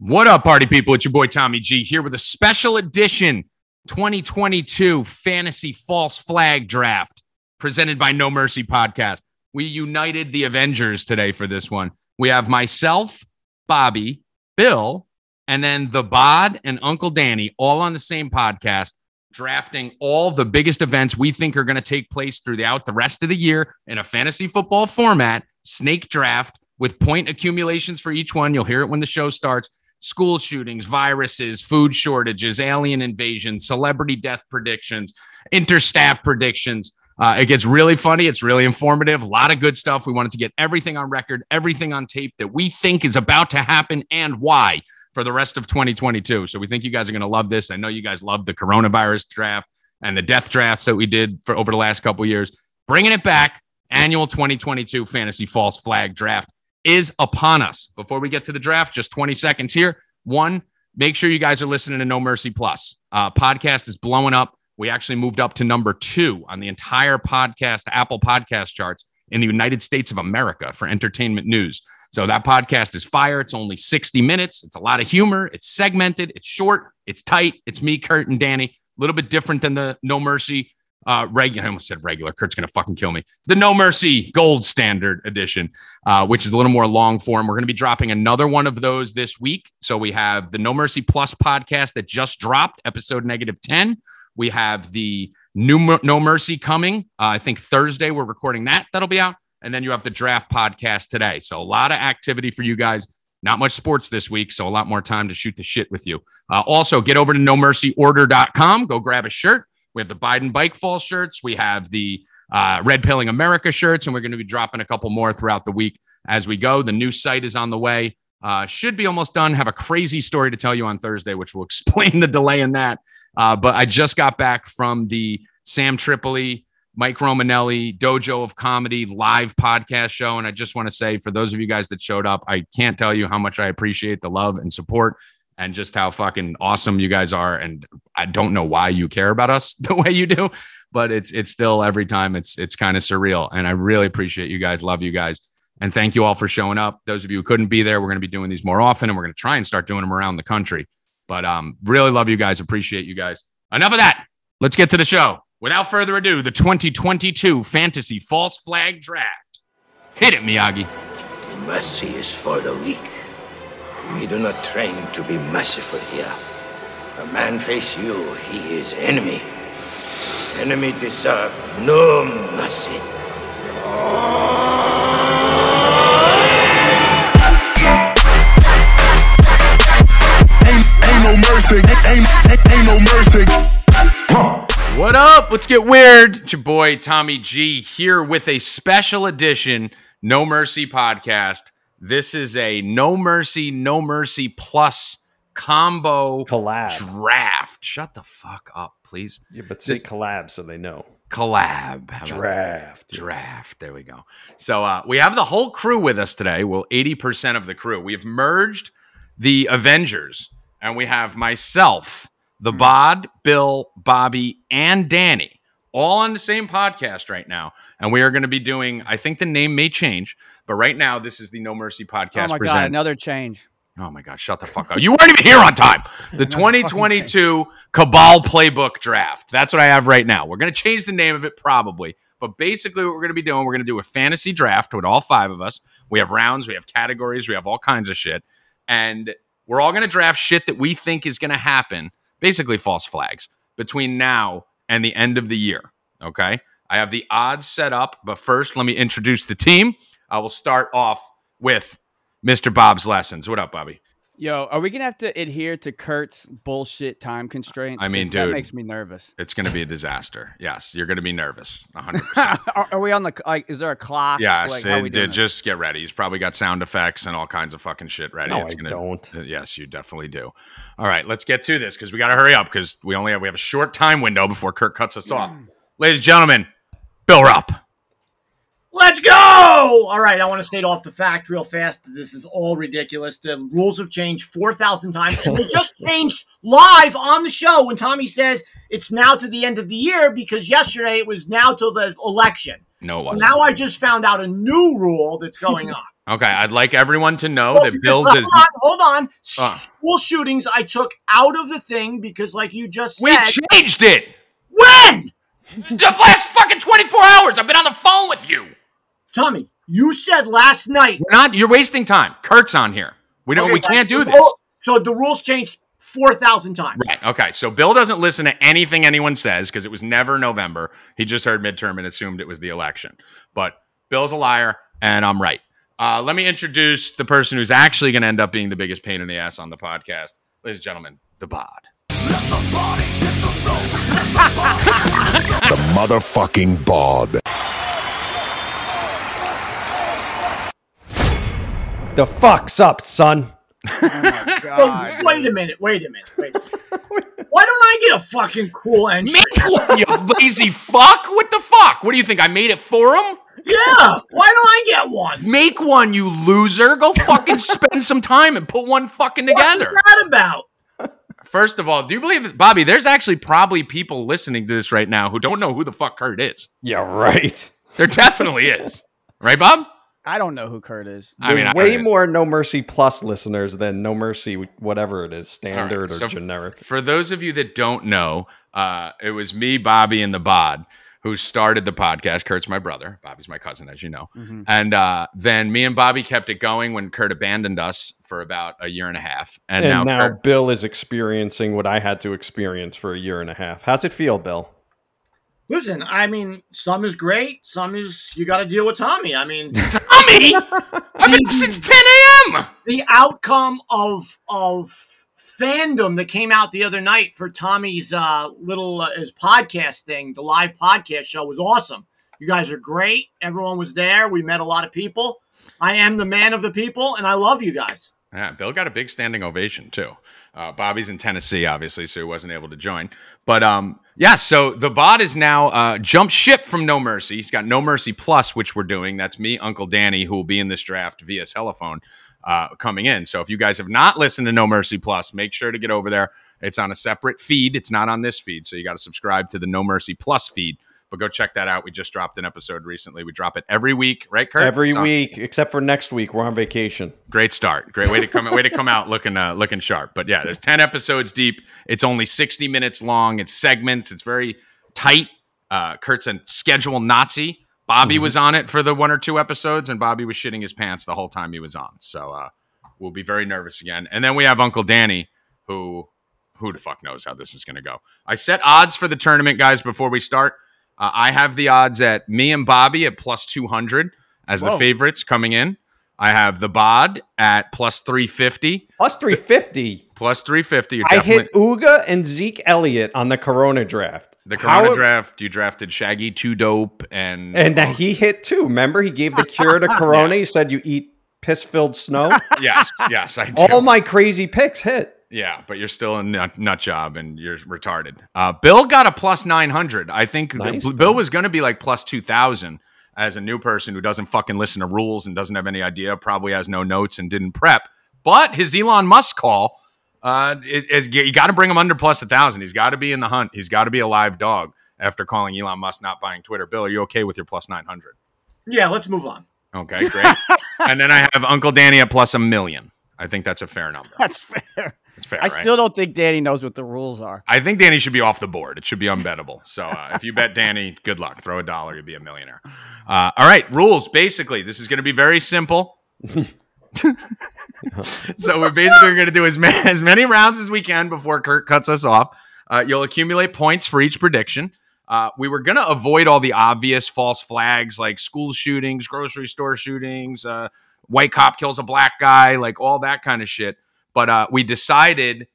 What up, party people? It's your boy Tommy G here with a special edition 2022 Fantasy False Flag Draft presented by No Mercy Podcast. We united the Avengers today for this one. We have myself, Bobby, Bill, and then the Bod and Uncle Danny all on the same podcast, drafting all the biggest events we think are going to take place throughout the rest of the year in a fantasy football format, snake draft with point accumulations for each one. You'll hear it when the show starts. School shootings, viruses, food shortages, alien invasions, celebrity death predictions, interstaff predictions. Uh, it gets really funny. It's really informative. A lot of good stuff. We wanted to get everything on record, everything on tape that we think is about to happen and why for the rest of 2022. So we think you guys are going to love this. I know you guys love the coronavirus draft and the death drafts that we did for over the last couple years. Bringing it back, annual 2022 fantasy false flag draft is upon us. Before we get to the draft, just 20 seconds here. One, make sure you guys are listening to No Mercy Plus. Uh, podcast is blowing up. We actually moved up to number two on the entire podcast, Apple podcast charts in the United States of America for entertainment news. So that podcast is fire. It's only 60 minutes. It's a lot of humor. It's segmented. It's short. It's tight. It's me, Kurt, and Danny. A little bit different than the No Mercy uh, regular. I almost said regular. Kurt's gonna fucking kill me. The No Mercy Gold Standard Edition, uh, which is a little more long form. We're gonna be dropping another one of those this week. So we have the No Mercy Plus podcast that just dropped, episode negative ten. We have the new Mer- No Mercy coming. Uh, I think Thursday we're recording that. That'll be out. And then you have the draft podcast today. So a lot of activity for you guys. Not much sports this week, so a lot more time to shoot the shit with you. Uh, also, get over to nomercyorder.com. Go grab a shirt. We have the Biden bike fall shirts. We have the uh, Red Pilling America shirts, and we're going to be dropping a couple more throughout the week as we go. The new site is on the way. Uh, should be almost done. Have a crazy story to tell you on Thursday, which will explain the delay in that. Uh, but I just got back from the Sam Tripoli, Mike Romanelli, Dojo of Comedy live podcast show. And I just want to say, for those of you guys that showed up, I can't tell you how much I appreciate the love and support and just how fucking awesome you guys are. And I don't know why you care about us the way you do, but it's it's still every time it's it's kind of surreal. And I really appreciate you guys. Love you guys. And thank you all for showing up. Those of you who couldn't be there, we're going to be doing these more often and we're going to try and start doing them around the country. But um, really love you guys. Appreciate you guys. Enough of that. Let's get to the show. Without further ado, the 2022 Fantasy False Flag Draft. Hit it, Miyagi. Mercy is for the weak. We do not train to be merciful here. A man face you, he is enemy. Enemy deserve no mercy. Ain't, ain't no mercy. Ain't, ain't, ain't- ain't no mercy. Huh. What up? Let's get weird. It's your boy Tommy G here with a special edition No Mercy podcast. This is a No Mercy, No Mercy Plus combo collab. draft. Shut the fuck up, please. Yeah, but say This- collab so they know. Collab. How about that? Draft. draft. There we go. So uh, we have the whole crew with us today. Well, 80% of the crew. We have merged the Avengers, and we have myself, the Hmm. Bod, Bill, Bobby, and Danny, all on the same podcast right now. And we are going to be doing, I think the name may change, but right now, this is the No Mercy podcast. Oh my god, presents- another change. Oh my God, shut the fuck up. You weren't even here on time. The Another fucking 2022 Cabal Playbook Draft. That's what I have right now. We're going to change the name of it probably. But basically, what we're going to be doing, we're going to do a fantasy draft with all five of us. We have rounds, we have categories, we have all kinds of shit. And we're all going to draft shit that we think is going to happen, basically false flags, between now and the end of the year. Okay. I have the odds set up, but first, let me introduce the team. I will start off with Mr. Bob's Lessons. What up, Bobby? Yo, are we gonna have to adhere to Kurt's bullshit time constraints? I mean, 'Cause that dude. makes me nervous. It's going to be a disaster. Yes, you're going to be nervous. 100. percent are, are we on the c- like? Is there a clock? Yes, like, how it- we it- doing just get ready. He's probably got sound effects and all kinds of fucking shit ready. No, I It's gonna- don't. Yes, you definitely do. All right, let's get to this because we got to hurry up because we only have we have a short time window before Kirk cuts us off. Mm. Ladies and gentlemen, Bill Rupp. Let's go! All right, I want to state off the fact real fast. This is all ridiculous. The rules have changed 4,000 times, and they just changed live on the show when Tommy says it's now to the end of the year because yesterday it was now till the election. No, it So wasn't. now I just found out a new rule that's going on. Okay, I'd like everyone to know Well, that because- Bill hold does. on, hold on. Uh. School shootings I took out of the thing because, like you just We said, changed it when the last fucking twenty four hours. I've been on the phone with you. Tommy, you said last night. We're not. You're wasting time. Kurt's on here. We don't. Okay, we guys, can't do the this. rule- so the rules changed four thousand times. Right. Okay. So Bill doesn't listen to anything anyone says because it was never November. He just heard midterm and assumed it was the election. But Bill's a liar, and I'm right. Uh, let me introduce the person who's actually going to end up being the biggest pain in the ass on the podcast, ladies and gentlemen, the bod. The motherfucking bod. The fuck's up, son? my So, god. wait a minute. Wait a minute. Wait. A minute. Why don't I get a fucking cool entry? Make you lazy fuck! What the fuck? What do you think? I made it for him? Yeah. Why don't I get one? Make one, you loser. Go fucking spend some time and put one fucking together. What's that about? First of all, do you believe, Bobby, there's actually probably people listening to this right now who don't know who the fuck Kurt is. Yeah, right. There definitely is. Right, Bob? I don't know who Kurt is. There's I way don't- more No Mercy Plus listeners than No Mercy, whatever it is, All right, standard or so f- generic. For those of you that don't know, uh, it was me, Bobby, and the bod who started the podcast. Kurt's my brother. Bobby's my cousin, as you know. Mm-hmm. Mhm. And uh, then me and Bobby kept it going when Kurt abandoned us for about a year and a half. And, And, now, now Kurt, Bill is experiencing what I had to experience for a year and a half. How's it feel, Bill? Listen, I mean, some is great, some is you got to deal with Tommy. I mean, Tommy, I've been up since 10 a.m. the outcome of of fandom that came out the other night for Tommy's uh, little uh, his podcast thing, the live podcast show was awesome. You guys are great. Everyone was there. We met a lot of people. I am the man of the people, and I love you guys. Yeah, Bill got a big standing ovation too. Uh, Bobby's in Tennessee, obviously, so he wasn't able to join. But um, yeah, so the bod is now uh, jumped ship from No Mercy. He's got No Mercy Plus, which we're doing. That's me, Uncle Danny, who will be in this draft via telephone uh, coming in. So if you guys have not listened to No Mercy Plus, make sure to get over there. It's on a separate feed. It's not on this feed, so you got to subscribe to the No Mercy Plus feed. But go check that out. We just dropped an episode recently. We drop it every week, right, Kurt? Every It's on- week, except for next week, we're on vacation. great start great way to come way to come out looking uh, looking sharp but yeah there's 10 episodes deep it's only 60 minutes long it's segments it's very tight uh kurt's a schedule nazi Mm-hmm. bobby was on it for the one or two episodes and bobby was shitting his pants the whole time he was on so uh we'll be very nervous again and then we have uncle danny who who the fuck knows how this is going to go i set odds for the tournament guys before we start uh, i have the odds at me and bobby at plus 200 as the Whoa. favorites coming in I have the bod at plus 350. Plus 350. Plus 350. You're I definitely hit Uga and Zeke Elliott on the Corona draft. the How- Corona draft. You drafted Shaggy Two Dope and And that he hit too. Remember, he gave the cure to Corona. He said, You eat piss filled snow. yes, yes, I do. All my crazy picks hit. yeah, but you're still a nut, nut job and you're retarded. Uh, Bill got a plus 900. I think the- Nice, Bill was going to be like plus 2000 as a new person who doesn't fucking listen to rules and doesn't have any idea, probably has no notes and didn't prep. But his Elon Musk call, uh, is, is- you got to bring him under plus a thousand. He's got to be in the hunt. He's got to be a live dog after calling Elon Musk not buying Twitter. Bill, are you okay with your plus 900? Yeah, let's move on. Okay, great. and then I have Uncle Danny at plus a million. I think that's a fair number. That's fair. It's fair. I right? still don't think Danny knows what the rules are. I think Danny should be off the board. It should be unbettable. So uh, if you bet Danny, good luck. Throw a dollar, you'll be a millionaire. Uh, all right, rules. Basically, this is going to be very simple. so we're basically going to do as many, as many rounds as we can before Kurt cuts us off. Uh, you'll accumulate points for each prediction. Uh, we were going to avoid all the obvious false flags like school shootings, grocery store shootings, uh, white cop kills a black guy, like all that kind of shit. But uh, we decided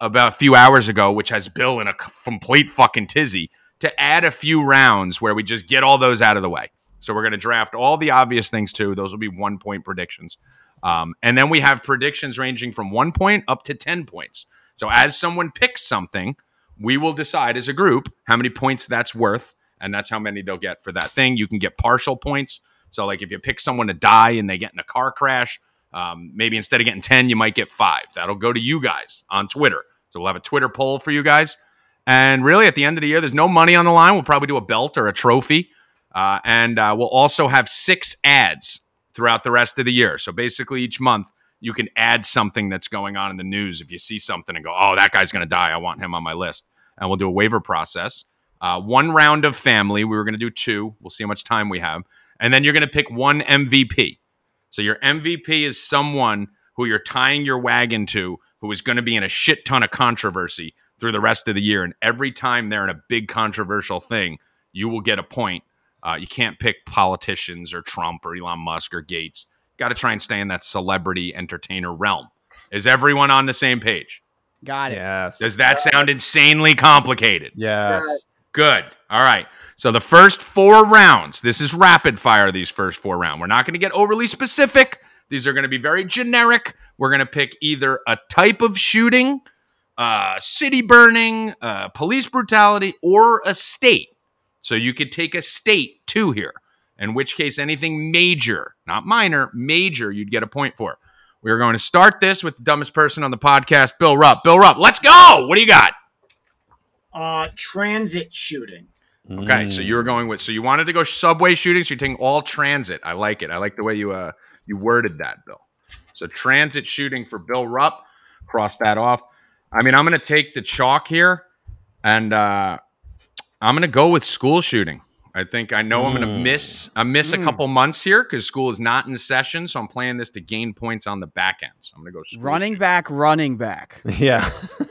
about a few hours ago, which has Bill in a c- complete fucking tizzy, to add a few rounds where we just get all those out of the way. So we're going to draft all the obvious things too. Those will be one point predictions. Um, and then we have predictions ranging from one point up to 10 points. So as someone picks something, we will decide as a group how many points that's worth. And that's how many they'll get for that thing. You can get partial points. So, like if you pick someone to die and they get in a car crash, um, maybe instead of getting 10, you might get five. That'll go to you guys on Twitter. So we'll have a Twitter poll for you guys. And really, at the end of the year, there's no money on the line. We'll probably do a belt or a trophy. Uh, and uh, we'll also have six ads. throughout the rest of the year. So basically, each month you can add something that's going on in the news. If you see something and go, "Oh, that guy's going to die," I want him on my list, and Uh, we'll do a waiver process. Uh, one round of family. We were going to do two. We'll see how much time we have, and then you're going to pick one MVP. So your MVP is someone who you're tying your wagon to, who is going to be in a shit ton of controversy through the rest of the year. And every time they're in a big controversial thing, you will get a point. Uh, you can't pick politicians or Trump or Elon Musk or Gates. Got to try and stay in that celebrity entertainer realm. Is everyone on the same page? Got it. Yes. Does that sound insanely complicated? Yes. Good. All right. So the first four rounds, this is rapid fire, these first four rounds. We're not going to get overly specific. These are going to be very generic. We're going to pick either a type of shooting, uh, city burning, uh, police brutality, or a state. So you could take a state too here, in which case anything major, not minor, major, you'd get a point for. We are going to start this with the dumbest person on the podcast, Bill Rupp. Bill Rupp, let's go. What do you got? Uh, transit shooting. Mm. Okay, so you were going with so you wanted to go subway shooting, so you're taking all transit. I like it. I like the way you uh you worded that, Bill. So transit shooting for Bill Rupp. Cross that off. I mean, I'm gonna take the chalk here and uh I'm gonna go with school shooting. I think I know I'm gonna miss I miss a couple months here because school is not in session, so I'm playing this to gain points on the back end. So I'm gonna go school Running shooting. back, running back. Yeah.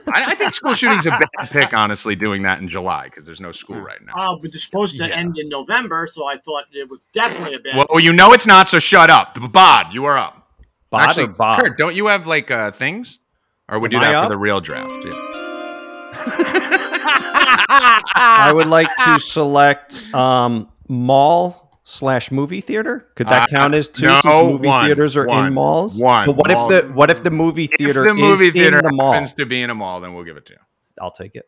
I, I think school shooting's a bad pick, honestly, doing that in July because there's no school right now. Uh, but it's supposed to Yeah. end in November, so I thought it was definitely a bad. Well, you know it's not, so shut up. Bod, you are up. Bod Actually, or Bob? Kurt, don't you have like uh, things? Or we do Am that I for up? the real draft. Yeah. I would like to select um, mall slash movie theater. Could that Uh, count as two? no, since movie one, theaters are one, in malls. one. But what Mall. if the what if the movie theater if the movie is theater in the mall? happens to be in a mall, then we'll give it to you. I'll take it.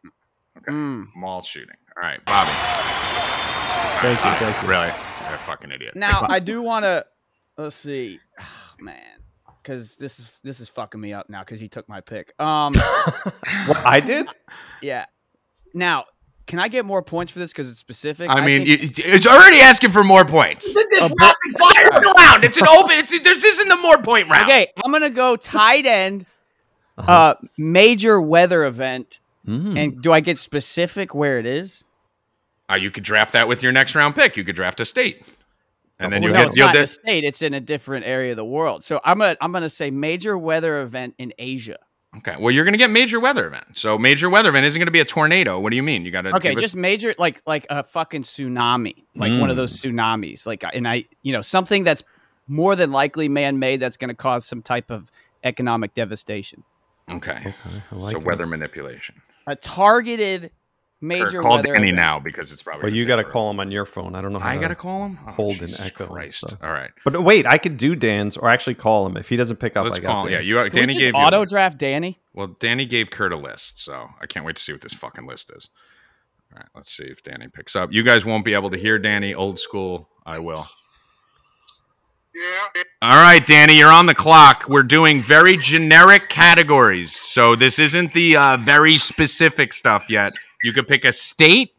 Mm. Mall shooting. All right, Bobby. Thank you. Thank you. Really? You're a fucking idiot. Now I do want to. Let's see, Ah, man, because this is this is fucking me up now because he took my pick. Um, What I did? yeah. Now, can I get more points for this because it's specific? I mean, think- it- it's already asking for more points. Isn't this rapid fire? Open round. It's an open. It's, there's this in the more point round. okay, I'm gonna go tight end. Uh, major weather event, Mm. and do I get specific where it is? Uh, you could draft that with your next round pick. You could draft a state, and then Double you'll no, get it's you'll not in get- a state. It's in a different area of the world. So I'm gonna I'm gonna say major weather event in Asia. Okay. Well, you're going to get major weather event. So major weather event isn't going to be a tornado. What do you mean? You got to Okay, just major like like a fucking tsunami, like one Hmm. of those tsunamis, like and I you know something that's more than likely man made that's gonna cause some type of economic devastation. okay. I like so it. weather manipulation. A targeted Or major call weather Danny event. now because it's probably. Well, gonna you take got to forever. call him on your phone. I don't know. How I to- got to call him. Oh, Hold and Jesus echo and Christ. stuff. All right. But wait, I could do Dan's or actually call him if he doesn't pick up. Let's I got call. him. Yeah, Dan. you. Can we Danny just gave you. auto draft Danny. Well, Danny gave Kurt a list, so I can't wait to see what this fucking list is. All right, let's see if Danny picks up. You guys won't be able to hear Danny. Old school. I will. Yeah. All right, Danny, you're on the clock. We're doing very generic categories. So this isn't the uh, very specific stuff yet. You could pick a state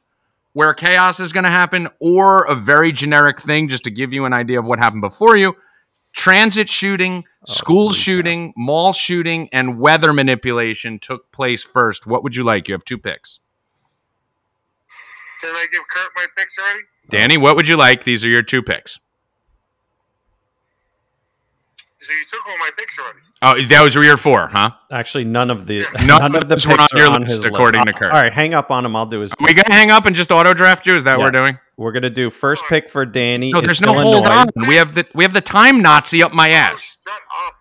where chaos is going to happen or a very generic thing just to give you an idea of what happened before you. Transit shooting, school shooting, mall shooting, and weather manipulation took place first. What would you like? You have two picks. Did I give Kurt my picks already? Danny, what would you like? These are your two picks. So you took all my picks already. Oh, those were your four, huh? Actually, none of the None none, of of the those were picks on your are on list, his according to list. Uh, Kurt. All right, hang up on him. I'll do his. Are we going to hang up and just auto draft you? Is that what we're Yes. doing? We're gonna do first pick for Danny. No, is there's no hold Illinois. on. We have the we have the time Nazi up my Oh, ass. shut up.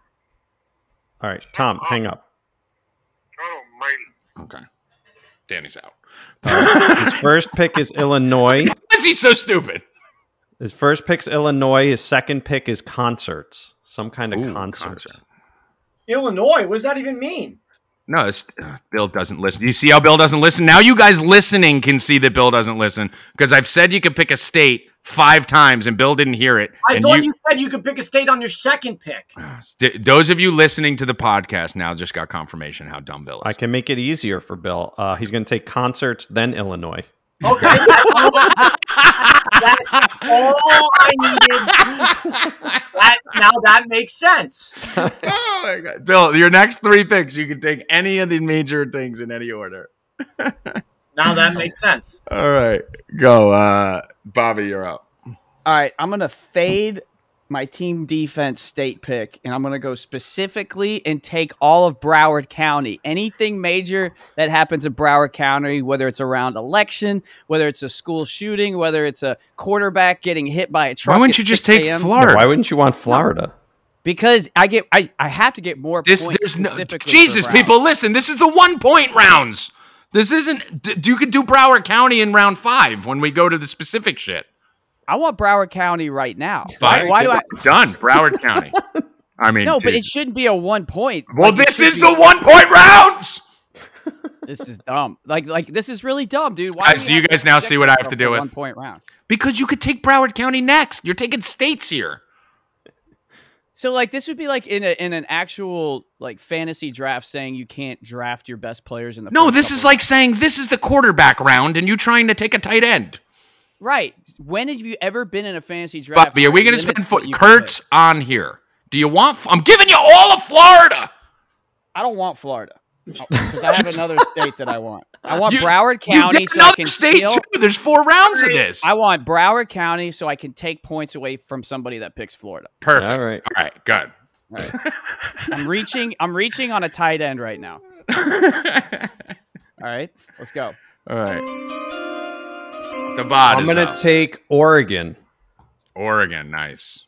All right, Tom, hang up. God almighty. Okay, Danny's out. His first pick is Illinois. Why is he so stupid? His first pick's Illinois. His second pick is concerts. Some kind of Ooh, concert. concert. Illinois. What does that even mean? No, it's, uh, Bill doesn't listen. You see how Bill doesn't listen? Now you guys listening can see that Bill doesn't listen because I've said you could pick a state five times and Bill didn't hear it. I and thought you said you could pick a state on your second pick. Th- those of you listening to the podcast now just got confirmation how dumb Bill I is. can make it easier for Bill. Uh, he's gonna take concerts, then Illinois. Okay. that That's all I needed. That, now that makes sense. oh my god, Bill! Your next three picks, you can take any of the major things in any order. Now that makes sense. All right, go, uh, Bobby. You're up. All right, I'm gonna fade my team defense state pick, and I'm gonna go specifically and take all of Broward County. Anything major that happens in Broward County, whether it's around election, whether it's a school shooting, whether it's a quarterback getting hit by a truck. Why wouldn't at you just 6 take a.m. Florida? Why wouldn't you want Florida? Because I get, I, I have to get more This points. there's no specifically for Jesus, Broward. people. Listen, this is the one point rounds. This isn't. d- You could do Broward County in round five when we go to the specific shit. I want Broward County right now. Fine. Why, why do I? Done, Broward County. I mean, No, but it Jesus. shouldn't be a one point. well, Like, it this should is be- the one point rounds. This is dumb. Like, like this is really dumb, dude. Why Guys, we do you have guys now see what I have to for do with? One point round. Because you could take Broward County next. You're taking states here. So like this would be like in a in an actual like fantasy draft saying you can't draft your best players in the No, first this couple is like saying this is the quarterback round, and you trying to take a tight end. right. When have you ever been in a fantasy draft? Bobby, are we where going it to spend limits fo- what you can Kurtz on here? Do you want? F- I'm giving you all of Florida. pick? I don't want Florida because I have another state that I want. I want You- Broward You County get so I another can state steal. too. There's four rounds of this. I want Broward County so I can take points away from somebody that picks Florida. Perfect. All right. All right, good. I'm reaching. I'm reaching on a tight end right now. All right, let's go. All right. The bot I'm is gonna up. take Oregon. Oregon, nice.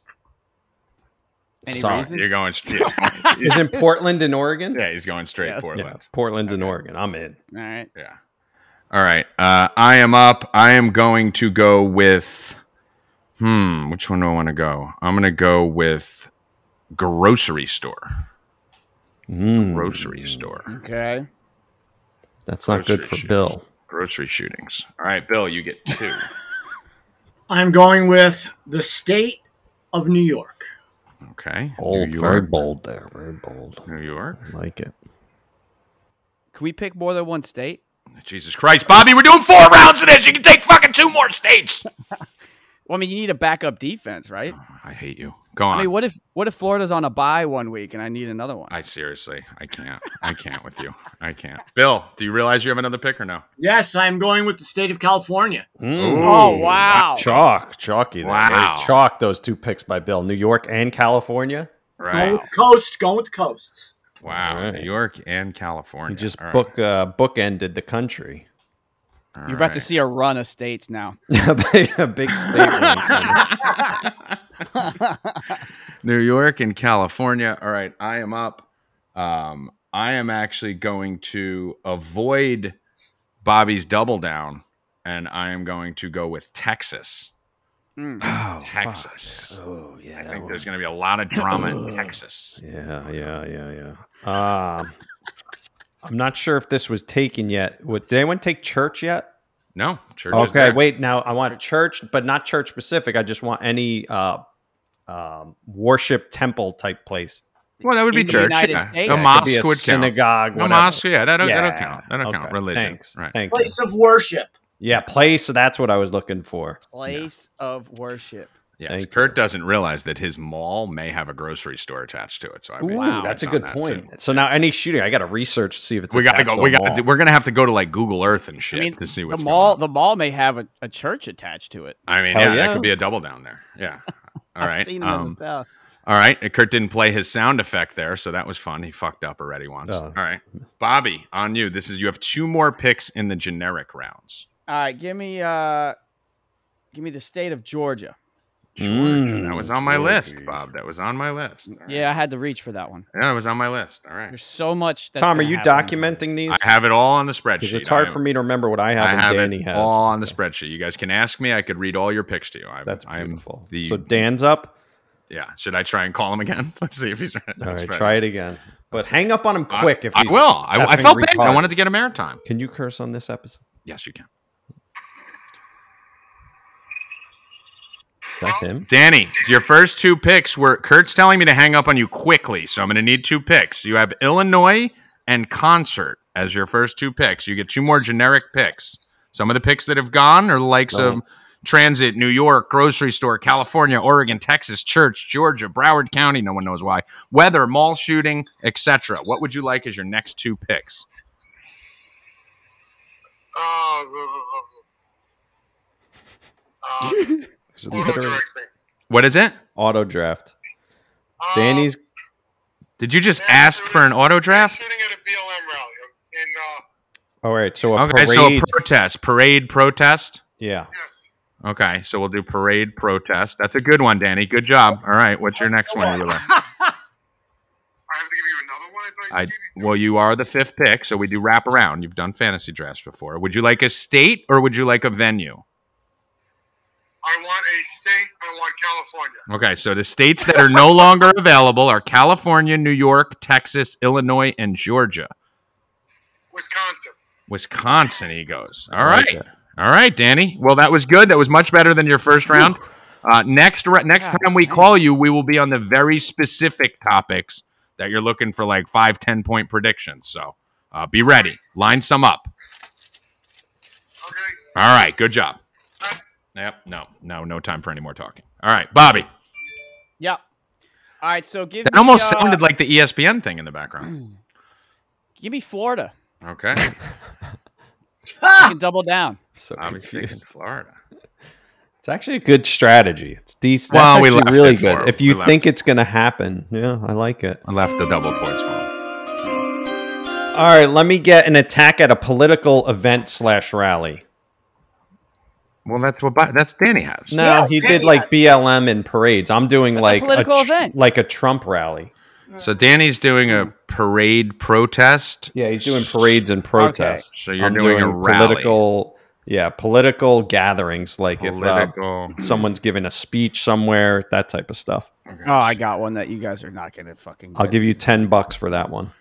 Any Sorry. reason? You're going straight. Isn't Portland in Oregon? yeah, he's going straight Yes. Yeah, Portland. Portland's in Oregon. I'm in. All right. Yeah. All right. Uh, I am up. I am going to go with. Hmm. Which one do I want to go? I'm going to go with grocery store. Mm, Grocery Hmm. store. Okay. that's not good for Grocery Bill. Grocery shootings. All right, Bill, you get two. I'm going with the state of New York. Okay. Bold, New very York. bold there. Very bold. New York. Like it. Can we pick more than one state? Jesus Christ, Bobby, we're doing four rounds of this. You can take fucking two more states. Well, I mean, you need a backup defense, right? I hate you. Go on. I I, mean, what if what if Florida's on a bye one week and I need another one? seriously, I can't. I can't with you. I can't. Bill, do you realize you have another pick or no? Yes, I'm going with the state of California. Mm. oh wow! Chalk, chalky. There. Wow. They chalk those two picks by Bill. New York and California. Right. Going with the coast, going with the coasts. Wow, All right. New York and You California. just All right. book uh, bookended the country. All You're about to right. see a run of states now. a big- a big state. one. New York and California. All right, I am up. Um, I am actually going to avoid Bobby's double down, and I am going to go with Texas. Mm. Oh, Texas. fuck. Oh yeah. I that think one. there's going to be a lot of drama in Texas. Yeah, yeah, yeah, yeah. Um, I'm not sure if this was taken yet. What, did anyone take church yet? No, church. is Okay, there. wait. Now I want church, but not church specific. I just want any uh, um, worship temple type place. Well, that would be In the church. United yeah. A States? Yeah, It could be mosque a would count. synagogue. A whatever. mosque, yeah, that'll, that'll Yeah, count. That'll okay, count. Religion, Thanks. right? Thank you. Place of worship. Yeah, place. That's what I was looking for. Place of worship. Yes. Thank Kurt doesn't realize that his mall may have a grocery store attached to it. So I Ooh, mean, that's a on good that, point. too. So now any shooting, I got to research to see if it's. We gotta attached go. to We a got. mall. to We're gonna have to go to like Google Earth and shit mean, to see The what's mall Going the mall may have a, a church attached to it. on. I mean, Hell yeah, that yeah. could be a double down there. Yeah. All I've right. seen them in um, the south. all right. and Kurt didn't play his sound effect there, so that was fun. He fucked up already once. Oh. All right, Bobby, on you. This is you have two more picks in the generic rounds. All right, give me uh, give me the state of Georgia. Sure. Mm, that was on my Georgia. list, Bob. That was on my list. All right. Yeah, I had to reach for that one. Yeah, it was on my list. All right. There's so much. That's Tom, are gonna you happen. documenting these? I have it all on the spreadsheet. Because it's hard I- for me to remember what I have, I and have Danny it has. all on the spreadsheet. You guys can ask me. I could read all your picks to you. I, That's I am beautiful. the So Dan's up. yeah. Should I try and call him again? Let's see if he's right. All Let's right, try it again. But hang up on him I- quick if I he's will. I, I effing felt bad. I retarded. wanted to get a maritime. Can you curse on this episode? Yes, you can. That's him. Danny, your first two picks were Kurt's telling me to hang up on you quickly, so I'm going to need two picks. You have Illinois and concert as your first two picks. You get two more generic picks. Some of the picks that have gone are the likes of Transit, New York, grocery store, California, Oregon, Texas, Church, Georgia, Broward County. No one knows why. Weather, mall shooting, etc. What would you like as your next two picks? Uh, uh, Is it uh, auto literally direct me. What is it? auto draft. Um, Danny's Did you just mass ask shooting- for an auto mass draft? Shooting at a BLM rally in uh, all right. So a Okay, parade. so a protest, parade, protest. yeah. yes. Okay, so we'll do parade, protest. That's a good one, Danny. Good job. All right, what's your next one? You like? I have to give you another one. I thought you I gave me two. well, you are the fifth pick, so we do wrap around. You've done fantasy drafts before. Would you like a state or would you like a venue? I want a state. I want California. Okay, so the states that are no longer available are California, New York, Texas, Illinois, and Georgia. Wisconsin. Wisconsin, he goes. All I right. like it. All right, Danny. Well, that was good. That was much better than your first round. Uh, next ra- next God, time we man. call you, we will be on the very specific topics that you're looking for, like five, 10 point predictions. So uh, be ready. Line some up. Okay. All right. Good job. Yep. No, no, no time for any more talking. All right, Bobby. Yep. All right, so give That me, almost uh, sounded like the E ESPN thing in the background. give me Florida. Okay. Ah! I can double down. So Bobby's taking confused. Florida. It's actually a good strategy. It's decent. Well, That's we actually left really it for good. him. If We you left think it's going to happen, yeah, I like it. I left the double points for him. All right, let me get an attack at a political event slash rally. Well, that's what Bo- that's Danny has. No, Yeah, he yeah, did yeah. like BLM and parades. I'm doing That's a like political tr- event. like a Trump rally. So Danny's doing a parade protest. Yeah, he's doing parades and protests. So you're doing a rally. political, yeah, political gatherings, like if Political. uh, someone's giving a speech somewhere, that type of stuff. Oh, I got one that you guys are not gonna fucking. I'll get. give you ten bucks for that one.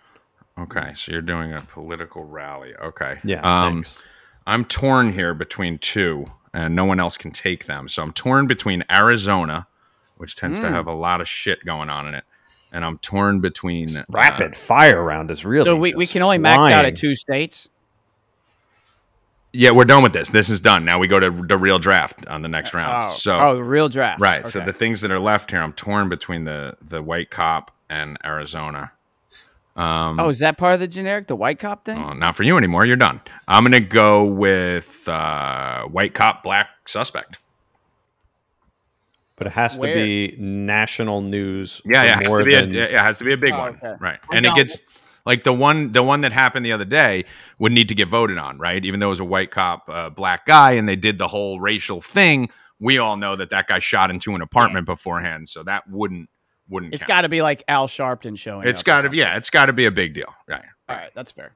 Okay, so you're doing a political rally. Okay. Yeah, Um, thanks. I'm torn here between two, and no one else can take them. So I'm torn between Arizona, which tends Hmm. to have a lot of shit going on in it, and I'm torn between uh, Rapid fire round is really So we, we just can only max out flying. at two states. yeah, we're done with this. This is done. Now we go to the real draft on the next round. Oh, so oh, the real draft. Right. So Okay. the things that are left here, I'm torn between the the white cop and Arizona. Um, oh, is that part of the generic, the white cop thing? Oh, well, Uh, not for you anymore. You're done. I'm gonna go with uh, white cop, black suspect. But it has Where? to be national news. Yeah, for yeah. It has more to be a, than- yeah, it has to be a big Oh, one, okay. right? I And it got gets like the one the one that happened the other day would need to get voted on, right? Even though it was a white cop, uh, black guy, and they did the whole racial thing. We all know that that guy shot into an apartment beforehand, so that wouldn't wouldn't. it's count. got to be like Al Sharpton showing. It's up or got to something. yeah. It's got to be a big deal, right? All right, that's fair.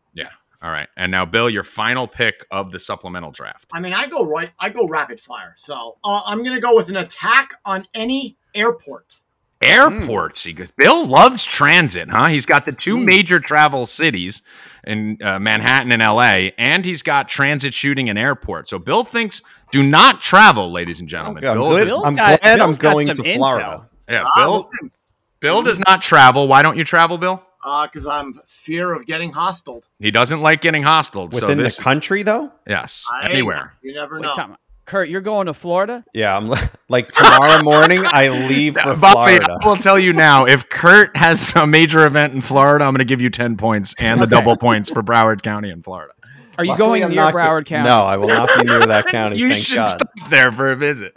All right. And now, Bill, your final pick of the supplemental draft. I mean, I go right. I go rapid fire. So uh, I'm gonna go with an attack on any airport. Hmm. Airports. He goes, Bill loves transit, huh? He's got the Hmm. two major travel cities in uh, Manhattan and LA, and he's got transit shooting and airport. So Bill thinks do not travel, ladies and gentlemen. Okay, I'm, Bill, good. does- Bill's I'm got- glad Bill's I'm got going some to intel. Florida. yeah, Ah, Bill, listen, Bill does not travel. Why don't you travel, Bill? because I'm fear of getting hostile. He doesn't like getting hostile. so Within this, the country, though? yes, I- anywhere. You never Wait, know. time out. Kurt, you're going to Florida? Yeah, I'm like tomorrow morning I leave for Bobby, Florida. I will tell you now. If Kurt has a major event in Florida, I'm going to give you ten points and the double points for Broward County in Florida. Are you Luckily, going I'm near not go- Broward County? No, I will not be near that county. you thank should God. stop there for a visit.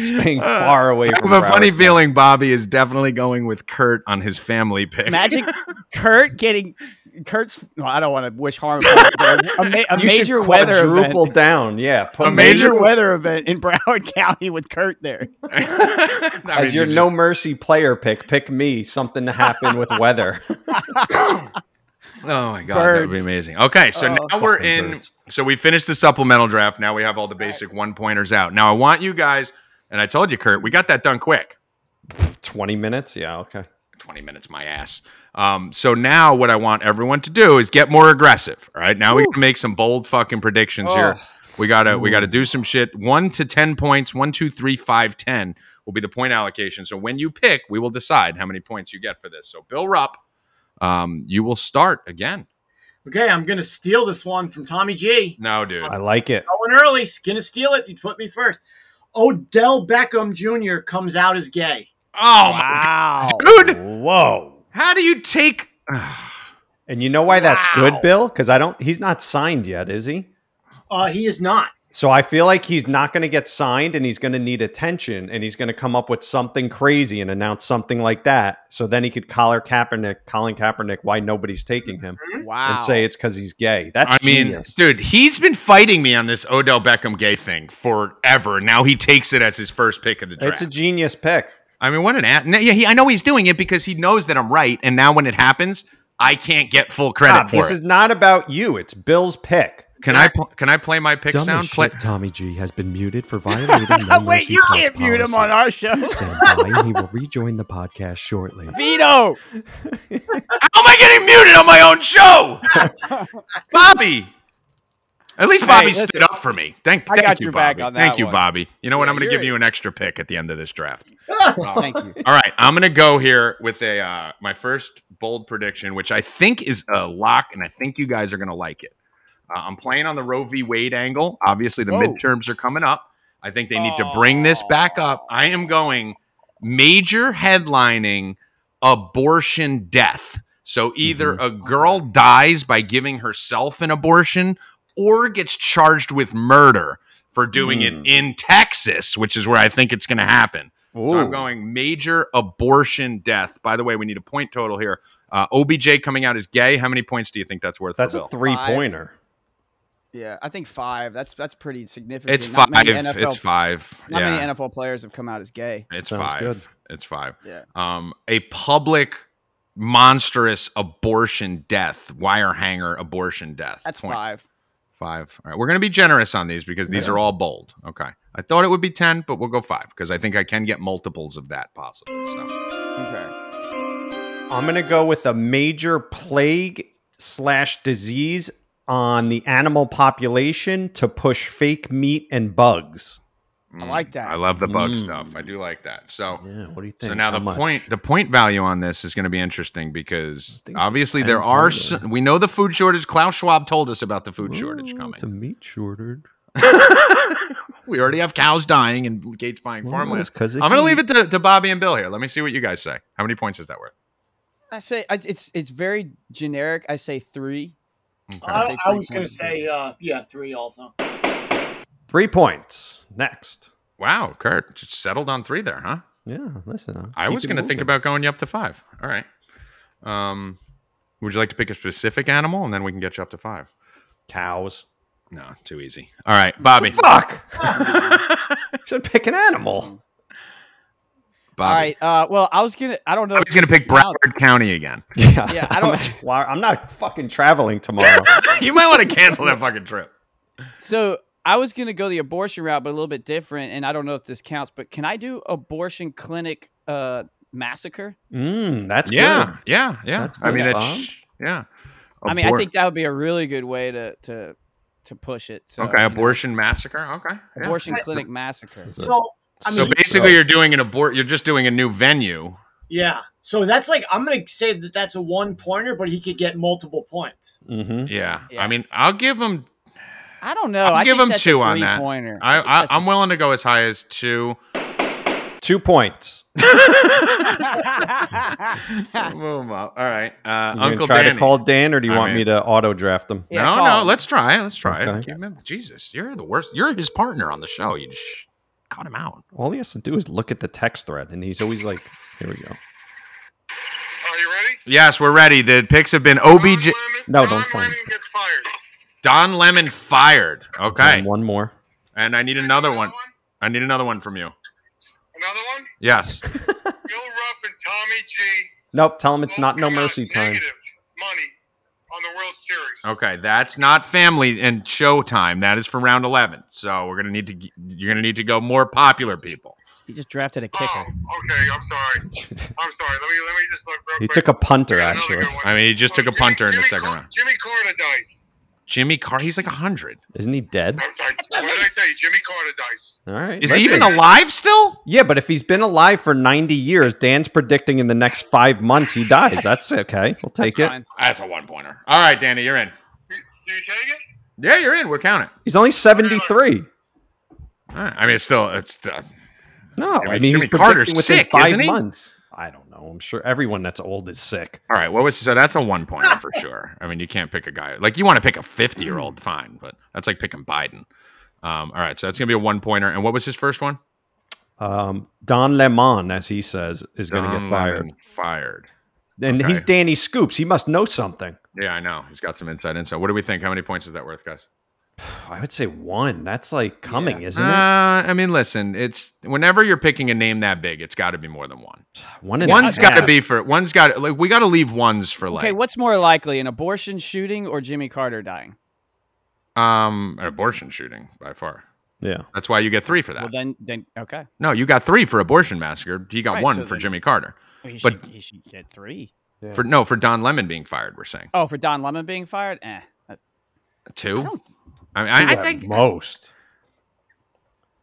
Staying far away Uh, I have from a Broward funny County. feeling Bobby is definitely going with Kurt on his family pick. Imagine Kurt getting Kurt's. Well, I don't want to wish harm. upon him, but a, ma- a You major should weather event. quadruple down. Yeah, put A a major- major weather event in Broward County with Kurt there. I mean, as your you're no mercy player pick. Pick me. Something to happen with weather. just- oh my god, that would be Birds. amazing. Okay, so Oh. now we're Fucking in. birds. So we finished the supplemental draft. Now we have all the basic one pointers out. Now I want you guys, and I told you, Kurt, we got that done quick. Twenty minutes. Yeah. Okay. 20 minutes my ass um, so now what i want everyone to do is get more aggressive all right now we can make some bold fucking predictions here Oh. we gotta we gotta do some shit one to ten points one two three five ten will be the point allocation so when you pick we will decide how many points you get for this so bill rupp um, you will start again Okay, I'm gonna steal this one from Tommy G. No, dude. I like it. Going early, gonna steal it. You put me first. Odell Beckham Jr. comes out as gay. Oh, my Wow. dude. Whoa. How do you take? And you know why that's good, Wow. Bill? Because I don't. He's not signed yet, is he? Uh, he is not. So I feel like he's not going to get signed, and he's going to need attention, and he's going to come up with something crazy and announce something like that. So then he could collar Kaepernick, Colin Kaepernick, why nobody's taking him, Wow. and say it's because he's gay. That's I mean, genius. dude, he's been fighting me on this Odell Beckham gay thing forever. Now he takes it as his first pick of the draft. it's a genius pick. I mean, what an ass. Yeah, he, I know he's doing it because he knows that I'm right. And now when it happens, I can't get full credit Ah, Bob, for this it. is not about you. It's Bill's pick. can I pl- can I play my pick Dumb sound? as Play- shit Tommy G has been muted for violating No Oh, Wait, Mercy you Plus can't mute him policy. on our show. Stand by, he will rejoin the podcast shortly. Vito. How am I getting muted on my own show? Bobby. At least Bobby Hey, stood up for me. Thank, I thank got you, your back Bobby. on that Thank you, one. Bobby. You know what? Yeah, I'm going to you're give it. you an extra pick at the end of this draft. Thank you. All right, I'm gonna go here with a uh, my first bold prediction, which I think is a lock, and I think you guys are gonna like it. Uh, I'm playing on the Roe v. Wade angle. Obviously, the Whoa. midterms are coming up. I think they need to bring this back up. I am going major headlining abortion death. So either a girl dies by giving herself an abortion or gets charged with murder for doing Hmm. it in Texas, which is where I think it's going to happen. So Ooh. I'm going major abortion death. By the way, we need a point total here. Uh, OBJ coming out as gay. How many points do you think that's worth? That's for a Bill? three pointer. Yeah, I think five. That's that's pretty significant. It's five. Not many NFL, it's five. Not yeah, many NFL players have come out as gay. it's Sounds five. good. It's five. Yeah. Um, a public monstrous abortion death, wire hanger abortion death. That's Point five. Five. All right, we're going to be generous on these because these are all bold. Okay. I thought it would be ten, but we'll go five because I think I can get multiples of that possible. So. Okay. I'm gonna go with a major plague slash disease on the animal population to push fake meat and bugs. I like that. I love the bug Mm. stuff. I do like that. So. Yeah, what do you think? So now How the much? point the point value on this is going to be interesting because think obviously it's there ten are pointer. some, we know the food shortage. Klaus Schwab told us about the food shortage Ooh, coming. It's a meat shortage. we already have cows dying and Gates buying farmlands. because I'm going to leave it to, to Bobby and Bill here. Let me see what you guys say. How many points is that worth? I say I- it's it's very generic. I say three. Okay. I, I was gonna say, uh, yeah, three also. Three points. Next. Wow, Kurt, just settled on three there, huh? Yeah, listen. I'll I keep was it going to think moving. about going you up to five. All right. Um, would you like to pick a specific animal and then we can get you up to five? cows. No, too easy. All right, Bobby. Fuck. Should pick an animal. All Bobby. right. Uh, well, I was gonna. I don't know. Bobby's if going to this pick is allowed. Broward County again. Yeah. Yeah, I I don't- don't. I'm not fucking traveling tomorrow. you might want to cancel that fucking trip. So I was gonna go the abortion route, but a little bit different. And I don't know if this counts, but can I do abortion clinic uh massacre? Mm, that's yeah, good. yeah, yeah. That's I mean, good, it's, yeah. I mean, I Abor- think that would be a really good way to to to push it. So, okay, you know, abortion massacre. Okay, yeah. uh, abortion clinic massacre. So I So mean- basically, you're doing an abort. You're just doing a new venue. yeah, so that's like I'm gonna say that that's a one pointer, but he could get multiple points. hmm Yeah. Yeah. I mean, I'll give them. I don't know. I'll I give think him that's two a on that. three-pointer. I, think I that's- I'm willing to go as high as two. Two points. Boom up. All right, uh, You Uncle gonna try Danny. to call Dan, or do you I want mean- me to auto draft him? Yeah, no, call no. him. Let's try. it. Let's try. it. Okay. Keep him- Jesus, you're the worst. You're his partner on the show. You just sh- cut him out. All he has to do is look at the text thread, and he's always like, "Here we go." Are you ready? Yes, we're ready. The picks have been OBJ. Don Lemon, No, Don don't tell me. Lemon gets fired. Don Lemon fired. Okay. And one more. And I need another one. I need another one from you. Another one? Yes. Bill Rupp and Tommy G. Nope. Tell him it's both not no come out mercy time. Negative money on the World Series. Okay. That's not family and show time. That is for round 11. So we're going to need to, g- you're going to need to go more popular people. He just drafted a Oh, kicker. okay. I'm sorry. I'm sorry. Let me let me just look real He quick. took a punter, I got another actually. good one. Oh, I mean, he just took a Jimmy- punter in the Jimmy second Cor- round. Jimmy Cornadice. Jimmy Carter, he's like 100. Isn't he dead? I, I, what did I tell you? Jimmy Carter dies. All right. Is Listen. he even alive still? Yeah, but if he's been alive for 90 years, Dan's predicting in the next five months he dies. That's okay. We'll take it. That's fine. That's a one pointer. All right, Danny, you're in. Do, do you take it? Yeah, you're in. We're counting. He's only 73. All right. I mean, it's still, it's, uh, No, I Jimmy- mean, Jimmy he's Carter's predicting within sick, 5 isn't he? months. I don't know. I'm sure everyone that's old is sick. all right. What was, so that's a one pointer for sure. I mean, you can't pick a guy. Like, you want to pick a 50 year old, fine, but that's like picking Biden. Um, all right. So that's going to be a one pointer. And what was his first one? Um, Don Lemon, as he says, is going to Don get fired. Lemon Fired. And he's okay. Danny Scoops. He must know something. Yeah, I know. He's got some inside insight. What do we think? How many points is that worth, guys? I would say one. That's like coming, isn't it? Uh, I mean, listen, it's whenever you're picking a name that big, it's got to be more than one. One and a one's got to half. be for one's got like we got to leave ones for like Okay, what's more likely, an abortion shooting or Jimmy Carter dying? um an abortion shooting by far. Yeah. That's why you get three for that. Well, then, then okay. no, you got three for abortion massacre. He got Right, one so for then- Jimmy Carter. He But- should, he should get three. For no, for Don Lemon being fired, we're saying Oh, for Don Lemon being fired? Eh. two. I don't, I, mean, I, Two I at think most.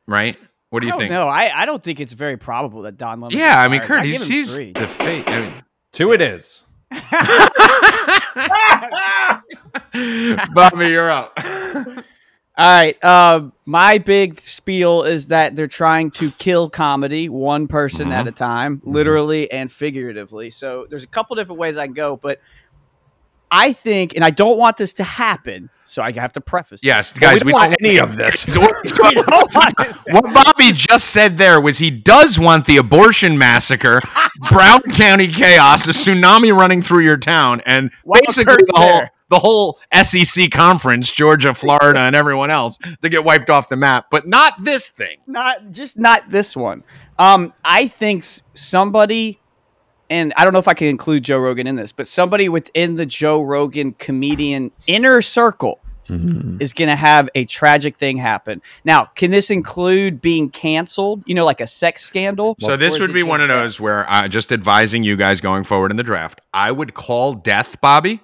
right. What do I you don't think? know. I, I don't think it's very probable that Don Lemon. Yeah, gets I mean, fired. Kurt, give he's him he's three. the fate. I mean, Two it is. Bobby, you're up. All right. Um, my big spiel is that they're trying to kill comedy one person at a time, literally and figuratively. So there's a couple different ways I can go, but I think, and I don't want this to happen, so I have to preface. this. Yes, guys, we don't, any of this. So what Bobby just said there was he does want the abortion massacre, Brown County chaos, a tsunami running through your town, and What basically occurs the whole there? the whole SEC conference, Georgia, Florida, and everyone else to get wiped off the map, but not this thing. not just not this one. Um, I think s- somebody, and I don't know if I can include Joe Rogan in this, but somebody within the Joe Rogan comedian inner circle Mm-hmm. is going to have a tragic thing happen. Now, can this include being canceled? You know, like a sex scandal. so this Or is would it be just one of that? those where I just advising you guys going forward in the draft. I would call death, Bobby.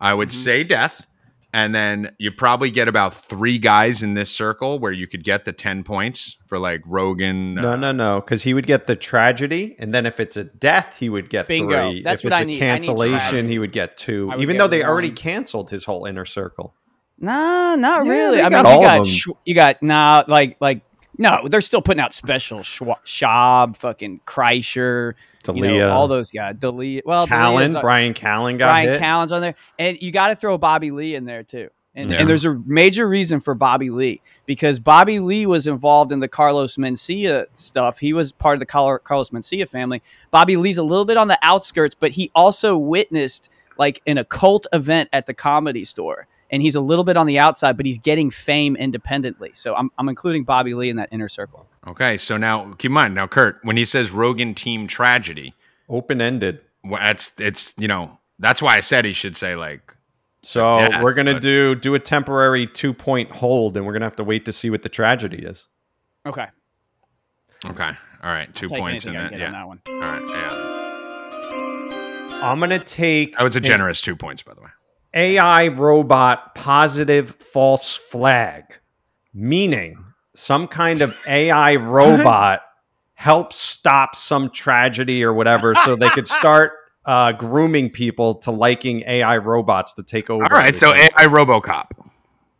I would Mm-hmm. say death, and then you probably get about three guys in this circle where you could get the ten points for like Rogan. No, uh, no, no. Because he would get the tragedy, and then if it's a death, he would get Bingo. three. if That's what it's I a need. I need cancellation, tragedy. he would get two. I would Even get though they already one. canceled his whole inner circle. Nah, not Yeah, really. they I mean, got all you of got them. Sh- you got nah, like like no, they're still putting out special Schwa- Schwab, fucking Kreischer, you know, D'Elia. all those guys. Delia, well, Callan, Delia's- Brian Callan got uh, Brian hit. Callen's on there, and you got to throw Bobby Lee in there too. And, Yeah. and there's a major reason for Bobby Lee because Bobby Lee was involved in the Carlos Mencia stuff. He was part of the Car- Carlos Mencia family. Bobby Lee's a little bit on the outskirts, but he also witnessed like an occult event at the comedy store. And he's a little bit on the outside, but he's getting fame independently. So I'm, I'm including Bobby Lee in that inner circle. Okay, so now keep in mind now, Kurt, when he says Rogan team tragedy, Open ended. well, that's it's you know that's why I said he should say like So Death, we're gonna but- do do a temporary two point hold, and we're gonna have to wait to see what the tragedy is. Okay. okay, all right, two Take points anything in I that, can get on yeah, that one. all right, yeah. I'm gonna take That was a generous two points, by the way. AI robot positive false flag, meaning some kind of AI robot helps stop some tragedy or whatever, so they could start uh, grooming people to liking AI robots to take over. All right, so everything. AI RoboCop,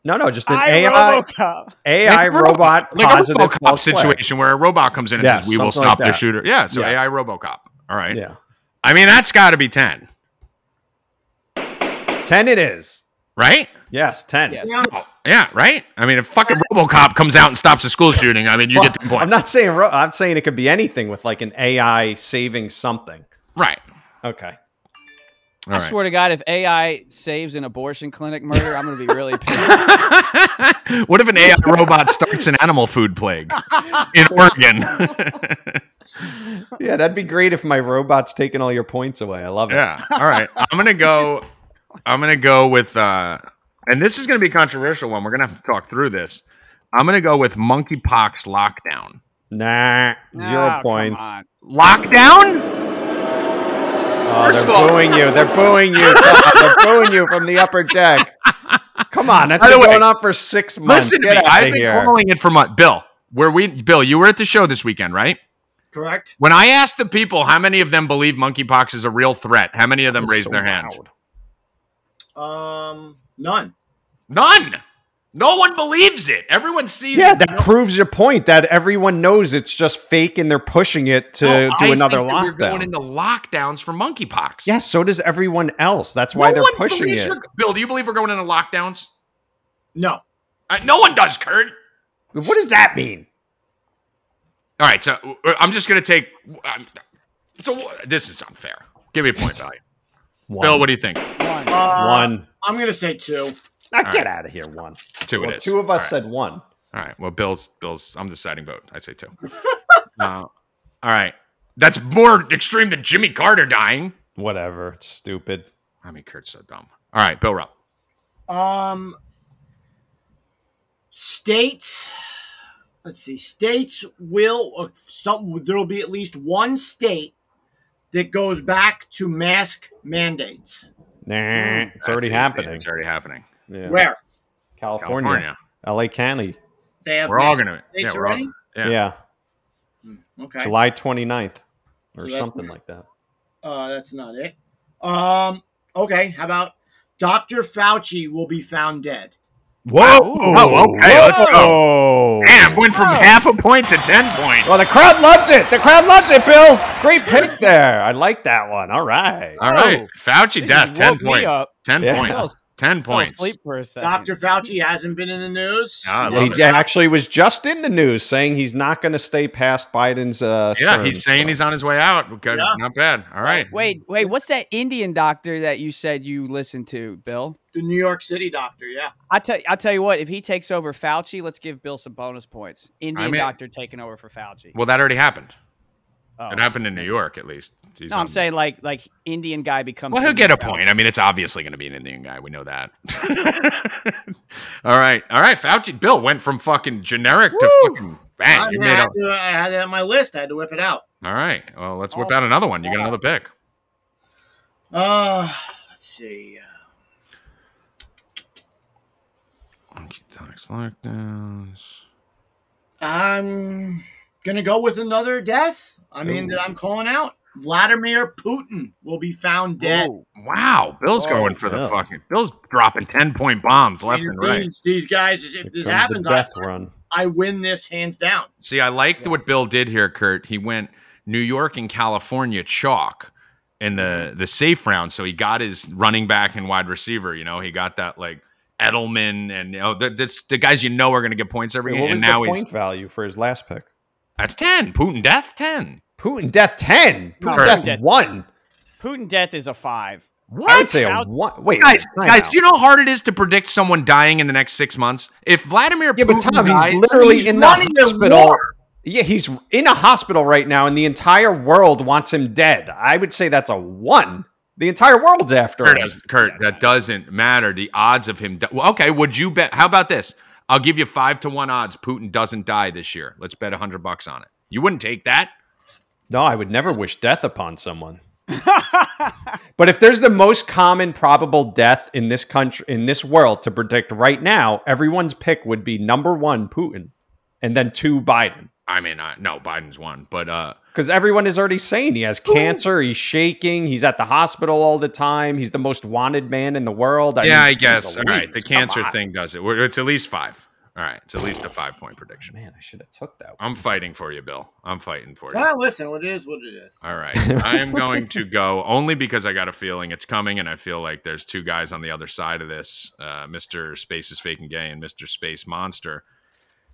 no, no, just an I, AI Robocop. AI Like Robo- robot like a positive RoboCop false flag. situation where a robot comes in and Yeah, says, "We will something like stop the that. shooter." Yeah, so Yes. AI RoboCop. All right, Yeah, I mean that's got to be ten, ten it is. right? Yes, ten. Yes. Oh, yeah, right. I mean, if fucking RoboCop comes out and stops a school shooting, I mean, you Well, get ten points, I'm not saying ro- I'm saying it could be anything with like an AI saving something. right? Okay. All I right. swear to God, if AI saves an abortion clinic murder, I'm going to be really pissed. what if an AI robot starts an animal food plague in Oregon? Yeah, that'd be great if my robot's taking all your points away. I love it. yeah. All right. I'm gonna go. I'm gonna go with. Uh, and this is gonna be a controversial one. We're gonna have to talk through this. I'm gonna go with monkeypox lockdown. Nah, zero Ah, come points. on. Lockdown? Oh, First they're of all- booing you. They're booing you. they're booing you from the upper deck. Come on, that's By the been way, going on for six months. Listen to Get me. outta I've been here. calling it for months. Bill, where we Bill, you were at the show this weekend, right? Correct? When I asked the people how many of them believe monkeypox is a real threat, how many of them raised their hand? Um, none. None. No one believes it. Everyone sees Yeah, it. that proves your point that everyone knows it's just fake and they're pushing it to No, Oh, I uh, do another think that We're going lockdown. into lockdowns for monkeypox. yeah, so does everyone else. That's why No they're one pushing believes it. we're- Bill, do you believe we're going into lockdowns? No. Uh, no one does, Kurt. What does that mean? All right, so uh, I'm just going to take. Um, so wh- this is unfair. Give me a point value. One. Bill, what do you think? Uh, one. I'm going to say two. Now right. get out of here. One. Two Well, it is. two of us All right. said one. All right. Well, Bill's Bill's. I'm the deciding vote. I say two. uh, all right. That's more extreme than Jimmy Carter dying. Whatever. It's stupid. I mean, Kurt's so dumb. All right, Bill Rupp. Um, states. Let's see. States will uh, some. There will be at least one state that goes back to mask mandates. Nah, it's already Mm, That's it. happening. It's already happening. Yeah. Where California. California. LA County. they have. We're all mask gonna. Yeah, mandates we're all, already? Yeah. Yeah. Okay. July 29th So or that's something not- like that. Uh, that's not it. Um. Okay. How about Dr. Fauci will be found dead. Whoa! Oh, okay. Let's go. Whoa. Damn, went from half a point to ten points. Well, the crowd loves it. The crowd loves it, Bill. Great pick there. I like that one. All right. All right, Fauci death, ten woke me points. up. Ten Yeah. points. Ten Fell points. asleep for a second. Dr. Fauci hasn't been in the news. Ah, I He love it. j- actually was just in the news saying he's not going to stay past Biden's. Uh, Yeah, term, he's saying so. he's on his way out. Because Yeah. not bad. All right. Wait, wait. What's that Indian doctor that you said you listened to, Bill? The New York City doctor. Yeah. I tell I tell you what. If he takes over Fauci, let's give Bill some bonus points. Indian mean- doctor taking over for Fauci. Well, that already happened. Oh. It happened in New York, at least. He's No, I'm on- saying like like Indian guy becomes. Well, he'll Indian get a Fauci. point. I mean, it's obviously going to be an Indian guy. We know that. all right, all right. Fauci Bill went from fucking generic to fucking bang. I, You I made had up. to, I had it on my list. I had to whip it out. All right. Well, let's Oh, whip out another one. You get another pick. Uh, let's see. Monkeypox lockdowns. I'm gonna go with another death. I mean, that I'm calling out Vladimir Putin will be found dead. Whoa. Wow, Bill's Oh, going for the yeah. fucking. Bill's dropping ten point bombs left And and right. these, these guys, if Here this comes happens, the I, death run. I win this hands down. See, I liked what Bill did here, Kurt. He went New York and California chalk in Mm-hmm. the the safe round, so he got his running back and wide receiver. You know, he got that like Edelman and you know the, that's- the guys you know are going to get points every Wait, game. what And was now the he's point value for his last pick? that's ten. Putin death ten. Putin death ten. No, Putin Putin death death- one. Putin death is a five. What? I would say a one. Wait, Guys, time guys, out. do you know how hard it is to predict someone dying in the next six months? If Vladimir yeah, but Putin Tom, dies- he's literally he's in the running a hospital. war. Yeah, he's in a hospital right now, and the entire world wants him dead. I would say that's a one. The entire world's after Kurt, him. does- Kurt, that doesn't matter. The odds of him. Di- well, okay, would you bet? How about this? I'll give you five to one odds. Putin doesn't die this year. Let's bet a hundred bucks on it. You wouldn't take that. No, I would never wish death upon someone. but if there's the most common probable death in this country, in this world to predict right now, everyone's pick would be number one, Putin, and then two, Biden. I mean, I, no, Biden's won, but uh, Because everyone is already saying he has cancer, he's shaking, he's at the hospital all the time, he's the most wanted man in the world. yeah, mean, I geez guess. All right, the Louise, cancer come on. thing does it. We're- It's at least five. All right, it's at least a five point prediction. Man, I should have took that. I'm fighting for you, Bill. I'm fighting for you. Well, listen, it is what it is. All right. I am going to go only because I got a feeling it's coming, and I feel like there's two guys on the other side of this uh, Mr. Space is Fake and Gay and Mr. Space Monster.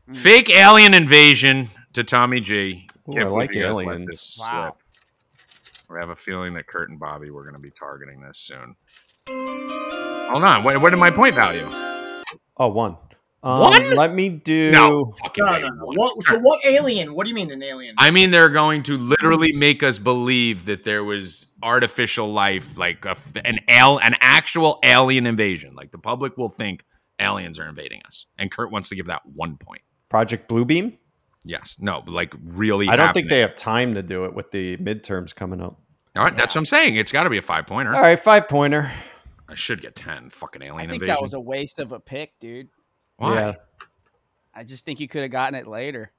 Hmm. Fake alien invasion to Tommy G. Ooh, Can't I believe like you guys let aliens. this Wow. slip. I have a feeling that Kurt and Bobby were going to be targeting this soon. Hold on. What, what did my point value? Oh, one. Um, One? Let me do. No. Fucking No, way, no, no. one. What, so what alien? What do you mean an alien? I mean, they're going to literally make us believe that there was artificial life, like a, f- an al- an actual alien invasion. Like the public will think aliens are invading us. And Kurt wants to give that one point. Project Bluebeam. Yes. No. Like really. I don't think they happening. have time to do it with the midterms coming up. All right. That's what I'm saying. It's got to be a five pointer. All right, five pointer. I should get 10. Fucking alien I think invasion. that was a waste of a pick, dude. Why? Yeah. I just think you could have gotten it later.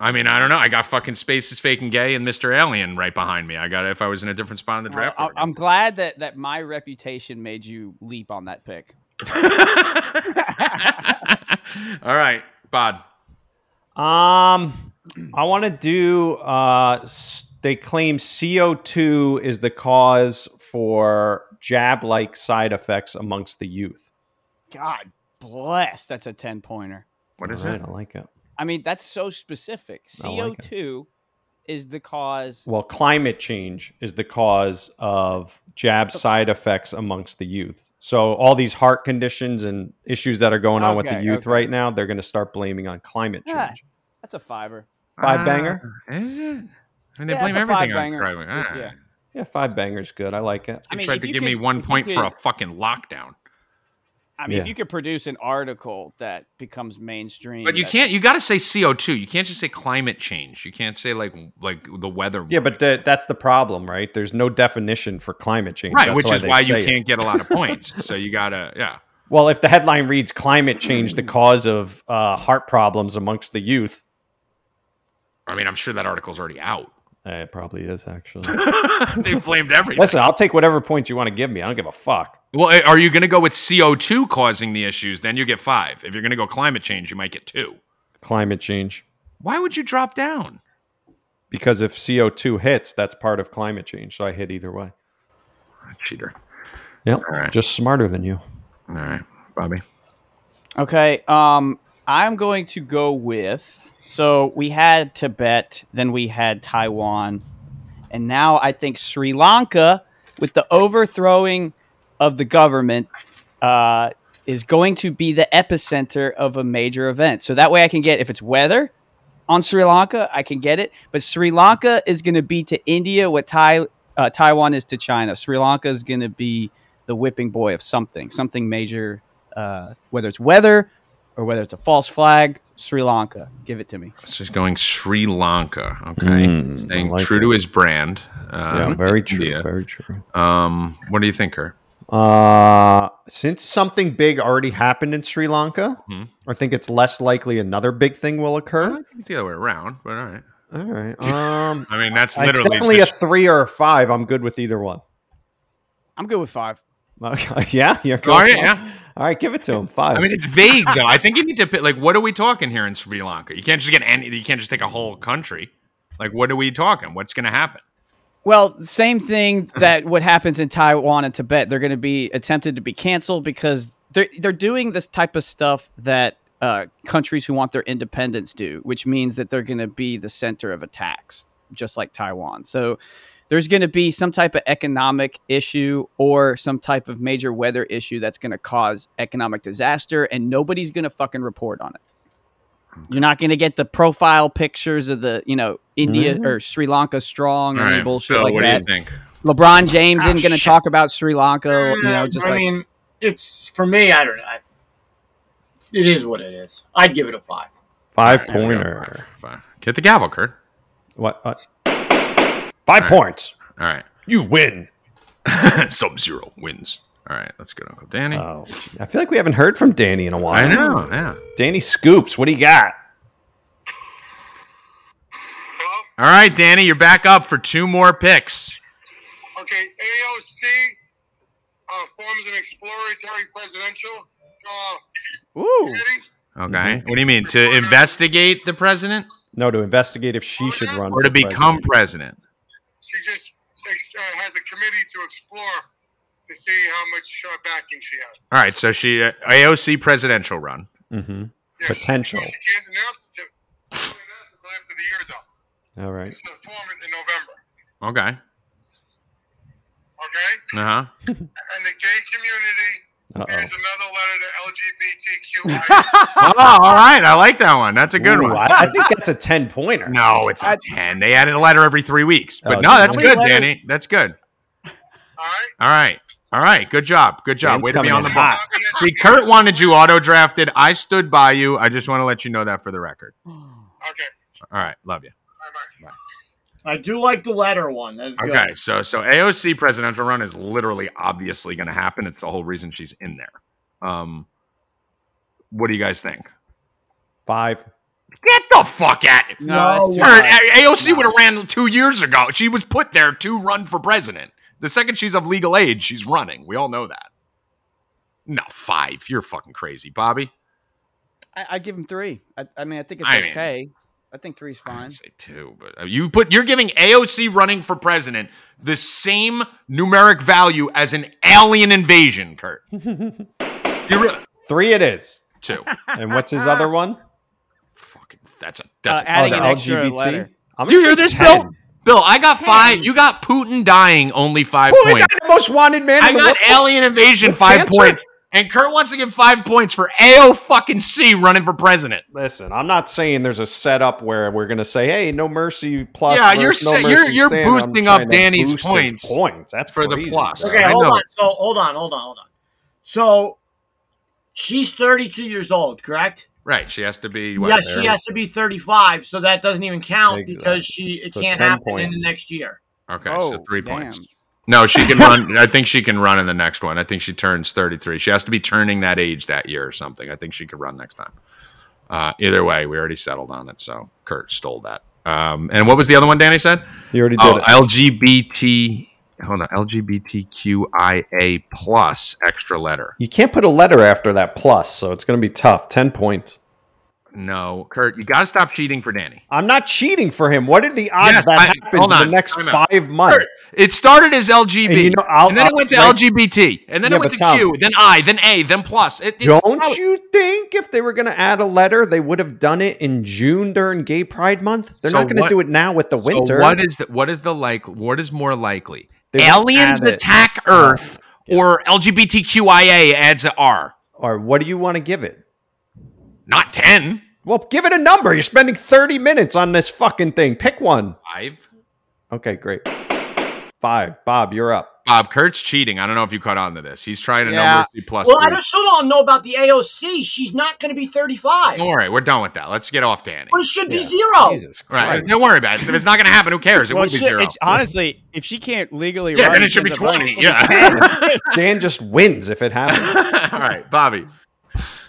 I mean, I don't know. I got fucking Space is Fake and Gay and Mr. Alien right behind me. I got if I was in a different spot in the draft. I, am glad that that my reputation made you leap on that pick. order. All right, Bod. Um, I want to do. Uh, s- they claim CO two is the cause for jab like side effects amongst the youth. God bless. That's a ten pointer. What is All right, it? I like it. I mean, that's so specific. I like it. CO2 is the cause. Well, climate change is the cause of jab side effects amongst the youth. So all these heart conditions and issues that are going on with the Okay, youth okay. right now, they're going to start blaming on climate change. Yeah. That's a fiver. Five banger. Ah, Is it? I mean, they Yeah, blame it's a everything five on banger. crime. Yeah. Ah. Yeah. Yeah, five bangers, good. I like it. I They mean, tried if to you give could- me one if you point for a could- fucking lockdown. I mean, if Yeah. you could produce an article that becomes mainstream, But you that- can't. You got to say CO two. You can't just say climate change. You can't say like like the weather. Yeah, but th- that's the problem, right? There's no definition for climate change. right, That's which is they why you say it. can't get a lot of points. so you gotta yeah. Well, if the headline reads "Climate Change: The Cause of uh, Heart Problems Amongst the Youth," I mean, I'm sure that article's already out. eh, it probably is actually. they blamed everything. Listen, I'll take whatever points you want to give me. I don't give a fuck. Well, are you going to go with CO2 causing the issues? Then you get five. If you're going to go climate change, you might get two. Climate change, Why would you drop down? because if CO two hits, that's part of climate change. So I hit either way. Cheater. Yep, right. just smarter than you. All right, Bobby. Okay. Um, I'm going to go with. So we had Tibet, then we had Taiwan, and now I think Sri Lanka, with the overthrowing of the government, uh, is going to be the epicenter of a major event. So that way I can get, if it's weather on Sri Lanka, I can get it. But Sri Lanka is going to be to India what Tai uh, Taiwan is to China. Sri Lanka is going to be the whipping boy of something, something major, uh, whether it's weather or whether it's a false flag. Sri Lanka, give it to me. So he's going Sri Lanka. Okay, Mm, staying I like true it. to his brand. Uh, yeah, very true. India. Very true. Um, what do you think, her? Uh, since something big already happened in Sri Lanka, Mhm. I think it's less likely another big thing will I occur. think it's the other way around, but all right. All right. Um, I mean, that's it's literally definitely the- a three or a five. I'm good with either one. I'm good with five. Okay, yeah, you're good. All right, yeah. All right, give it to him. Five. I mean, it's vague though. I think you need to pick. Like, what are we talking here in Sri Lanka? You can't just get any. You can't just take a whole country. Like, what are we talking? What's going to happen? Well, same thing that what happens in Taiwan and Tibet. They're going to be attempted to be canceled because they're they're doing this type of stuff that uh, countries who want their independence do, which means that they're going to be the center of attacks, just like Taiwan. So there's going to be some type of economic issue or some type of major weather issue that's going to cause economic disaster, and nobody's going to fucking report on it. You're not going to get the profile pictures of the, you know, India or Sri Lanka strong or All any right, bullshit Phil, like what that. do you think? LeBron James isn't going to shit. talk about Sri Lanka. You know, just Uh, I like mean, it's for me. I don't know. I, it is what it is. I'd give it a five. five There we go. pointer. Five, five. Get the gavel, Kurt. What? what? Five right. points. All right. You win. Sub Zero wins. All right. Let's go to Uncle Danny. Oh, gee, I feel like we haven't heard from Danny in a while. I know. Yeah. Danny scoops. What do you got? Well, All right, Danny, you're back up for two more picks. Okay, AOC uh, forms an exploratory presidential uh, ooh, committee. Okay. Mhm. What do you mean? To investigate the president No, to investigate if she should run or for to become president? She just ex- uh, has a committee to explore to see how much uh, backing she has. All right. So she, uh, AOC presidential run. president. Yeah, she- Potential. She can't announce it to- she can't announce it till after the year's up. Mhm. All right. She's going to form it in November, Okay. Uh okay? Uh-huh. huh. And the gay community, Uh oh. here's another letter to LGBTQI. Oh, all right. I like that one. That's a good one. I, I think that's a ten pointer. No, it's a 10. They added a letter every three weeks. But Oh, no, that's how many good, letters- Danny. That's good. All right? All right. All right. Good job. Good job. Dan's Way to be coming on in the hot. ball. See, Kurt wanted you auto drafted. I stood by you. I just want to let you know that for the record. Okay, All right. Love you. bye-bye. I do like the letter one. That's good. Okay, so so AOC presidential run is literally obviously going to happen. It's the whole reason she's in there. Um, what do you guys think? Five. Get the fuck at it! No, No that's too way. much. Her- A- AOC No. would have ran two years ago. She was put there to run for president. The second she's of legal age, she's running. We all know that. No, five. You're fucking crazy, Bobby. I, I give him three. I, I mean, I think it's I mean- okay. I think three's fine. I'd say two, but uh, you put you're giving AOC running for president the same numeric value as an alien invasion, Kurt. you really Three it is. two. And what's his other one? Fucking, that's a that's Uh, a Adding oh, the an extra letter. I'm Do you gonna hear say this, 10. Bill? Bill, I got five. You got Putin dying only five Who points. got the most wanted man I in the got world? alien invasion five cancer? points. And Kurt wants to give five points for AO fucking C running for president. Listen, I'm not saying there's a setup where we're gonna say, "Hey, no mercy plus." Yeah, versus you're no sa- you're- mercy you're stand. I'm boosting up trying to Danny's boost his points Points. That's for the crazy, plus. bro. Okay, I hold know. on. So hold on, hold on, hold on. So she's 32 years old, correct? Right. She has to be. what, yes, she there? has to be 35, so that doesn't even count because she it So can't 10 happen in the points. next year. Okay. so Oh, three damn. points. No, she can run. I think she can run in the next one. I think she turns 33. She has to be turning that age that year or something. I think she could run next time. Uh, either way, we already settled on it. So Kurt stole that. Um, and what was the other one Danny said? You already did Oh, it. LGBT. Hold on. LGBTQIA plus extra letter. you can't put a letter after that plus, so it's gonna be tough. Ten points. No, Kurt, you got to stop cheating for Danny. I'm not cheating for him. What are the odds Yes, that I- happens in hold the on. next Time out. five months? Kurt, it started as LGB, and, And you know, I'll- then it I'll- went to right- LGBT, and then Yeah, it went but to Tom- Q, then I, then A, then plus. It, it- Don't you think if they were going to add a letter, they would have done it in June during Gay Pride Month? They're So not going to what- do it now with the So winter. what is the what is the like? What is more likely? They won't Aliens add it. attack Earth, or LGBTQIA adds a R? Or what do you want to give it? Not ten. Well, give it a number. You're spending 30 minutes on this fucking thing. Pick one. Five. Okay, great. Five. Bob, you're up. Bob Kurt's cheating. I don't know if you caught on to this. He's trying to Yeah. number C plus. Well, I three. just still don't know about the AOC. She's not going to be 35. Don't worry, we're done with that. Let's get off Danny. Well, it should be Yeah. zero. Jesus Right? Christ. Don't worry about it. If it's not going to happen, who cares? It Well, would be shit, zero. it's- honestly, if she can't legally Yeah, run, then it she should be ends up running. twenty. Yeah. Dan just wins if it happens. All right, Bobby.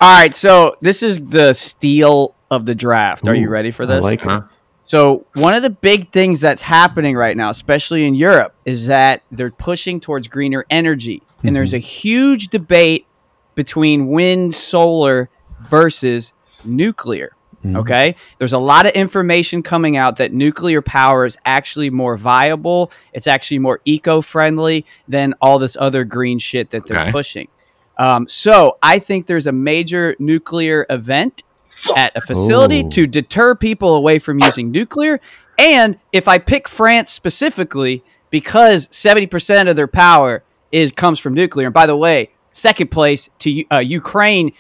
All right, so this is the steal of the draft. Are you ready for this? Huh? So, one of the big things that's happening right now, especially in Europe, is that they're pushing towards greener energy. And there's a huge debate between wind, solar versus nuclear. Okay? There's a lot of information coming out that nuclear power is actually more viable, it's actually more eco friendly than all this other green shit that they're Okay. pushing. Um, so, I think there's a major nuclear event at a facility Oh. to deter people away from using nuclear. And if I pick France specifically, because 70% of their power is comes from nuclear. And by the way, second place to U- uh, Ukraine,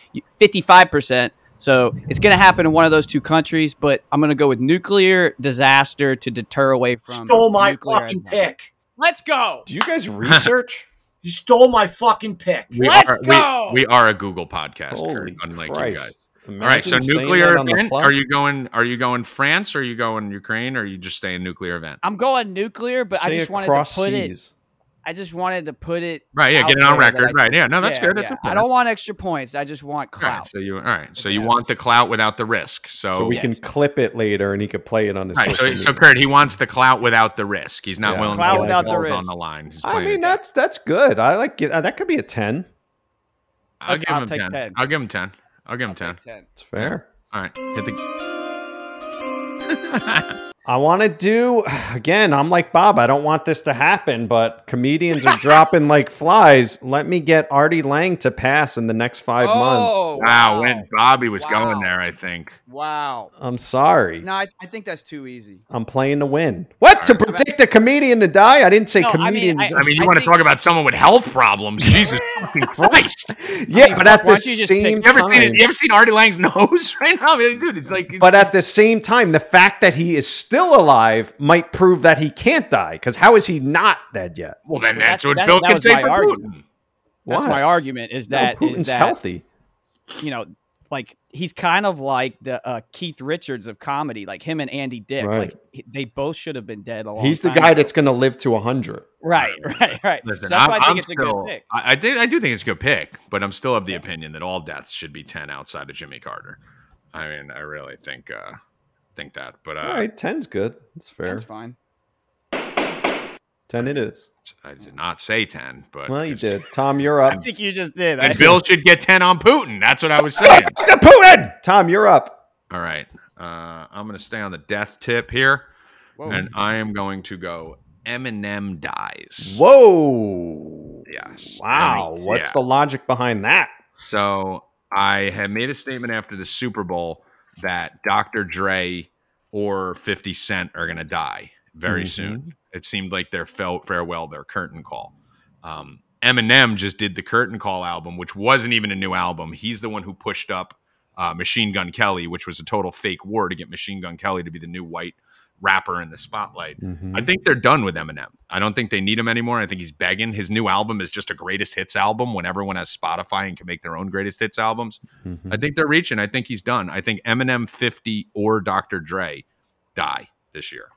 55%. So it's going to happen in one of those two countries, but I'm going to go with nuclear disaster to deter away from. Stole my nuclear fucking as well. pick. Let's go. Do you guys research? You stole my fucking pick. We Let's are, go! We, we are a Google podcast, Kurt, Holy unlike you guys. Christ. All right, so Imagine saying nuclear that on the event. plus. Are you going? Are you going France? Or are you going Ukraine? Or are you just staying nuclear event? I'm going nuclear, but I Say just wanted to put across it. seas. I just wanted to put it. Right, yeah, out get it on there that record. I- Right, yeah, no, that's Yeah, good. That's yeah. okay. I don't want extra points. I just want All right, clout. so you all right? So you Yeah. want the clout without the risk. So, So we can clip it later and he could play it on his Oh, All right, so social so media. Kurt, he wants the clout without the risk. He's not Yeah. willing Clout to put without the balls on risk. the line. He's I playing mean, it. that's that's good. I like it. Uh, That could be a ten. I'll give I'll him take 10. 10. I'll give him ten. I'll give him ten. It's fair. All right, hit the. I want to do again. I'm like Bob. I don't want this to happen, but comedians are dropping like flies. Let me get Artie Lang to pass in the next five Oh. months. Wow, Wow. when Bobby was going Wow. there, I think. Wow. I'm sorry. No, I, I think that's too easy. I'm playing to win. What to predict a comedian to die? I didn't say No, I mean, comedian. I- to I mean, you I want to think- talk about someone with health problems? Jesus fucking Christ! die. yeah, but at why the don't you just pick- same You ever seen it? time, You ever seen Artie Lang's nose right now? I mean, dude, it's like. but at the same time, the fact that he is still alive might prove that he can't die. Because how is he not dead yet? well, then that's, That's- what that- Bill that can was say my for argument. Putin. That's Why? my argument is No, that is Putin's that healthy. you know like he's kind of like the uh, Keith Richards of comedy, like him and Andy Dick. Right. Like he- they both should have been dead a long He's the time guy ago. that's going to live to 100. right, right, right. Listen, so that's I'm, why I I think am it's a still, good pick. I, I, think, I do think it's a good pick, but I'm still of the opinion that all deaths should be 10 outside of Jimmy Carter. I mean, I really think uh, think that. But uh, All right, 10's good. That's fair. That's fine. 10 it is. I did not say 10. But Well, you did. Tom, you're up. I think you just did. And Bill should get 10 on Putin. That's what I was saying. The Putin! Tom, you're up. All right. Uh, I'm going to stay on the death tip here. And I am going to go Eminem dies. Whoa. Yes. Wow. Emmys, What's yeah. the logic behind that? So I had made a statement after the Super Bowl that Dr. Dre or 50 Cent are going to die very Mhm. soon. It seemed like their felt farewell, their curtain call. Um, Eminem just did the curtain call album, which wasn't even a new album. He's the one who pushed up uh, Machine Gun Kelly, which was a total fake war to get Machine Gun Kelly to be the new white rapper in the spotlight. Mhm. I think they're done with Eminem. I don't think they need him anymore. I think he's begging. His new album is just a greatest hits album when everyone has Spotify and can make their own greatest hits albums. Mhm. I think they're reaching. I think he's done. I think Eminem 50 or Dr. Dre die this year.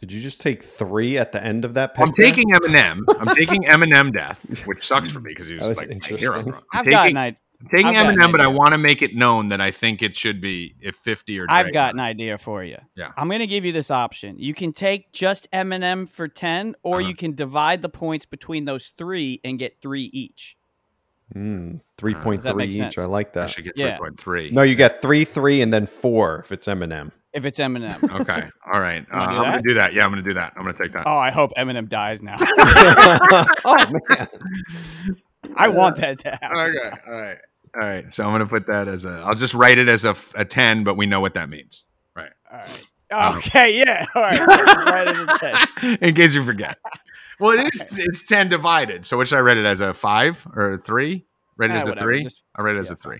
Did you just take three at the end of that pick? I'm there? taking Eminem. I'm taking Eminem death, which sucks for me because he was, That was like my hero. interesting. I'm I've got taking, an idea. I'm taking I've got an Eminem, but I idea. want to make it known that I think it should be if 50 or Dre I've got an idea for you. Yeah. I'm going to give you this option. You can take just Eminem for 10, or Uh-huh. you can divide the points between those three and get three each. Mm, Does that 3.3 make each. sense? I like I that. should get Yeah. 3.3. No, you get three, three, and then four if it's Eminem. If it's Eminem. Okay. All right. Uh, Wanna do I'm going that? to do that. Yeah, I'm going to do that. I'm going to take that. oh, I hope Eminem dies now. oh, man. I want that to happen. okay. All right. All right. So I'm gonna put that as a. I'll just write it as a, f- a ten, but we know what that means All Oh. right. Okay, yeah. All right. Right as it said. in case you forget. Well, it is. It's ten divided. So what should I write it as a five or a three? Write it Ah, as a whatever, three. just- I will write it as yeah, a three.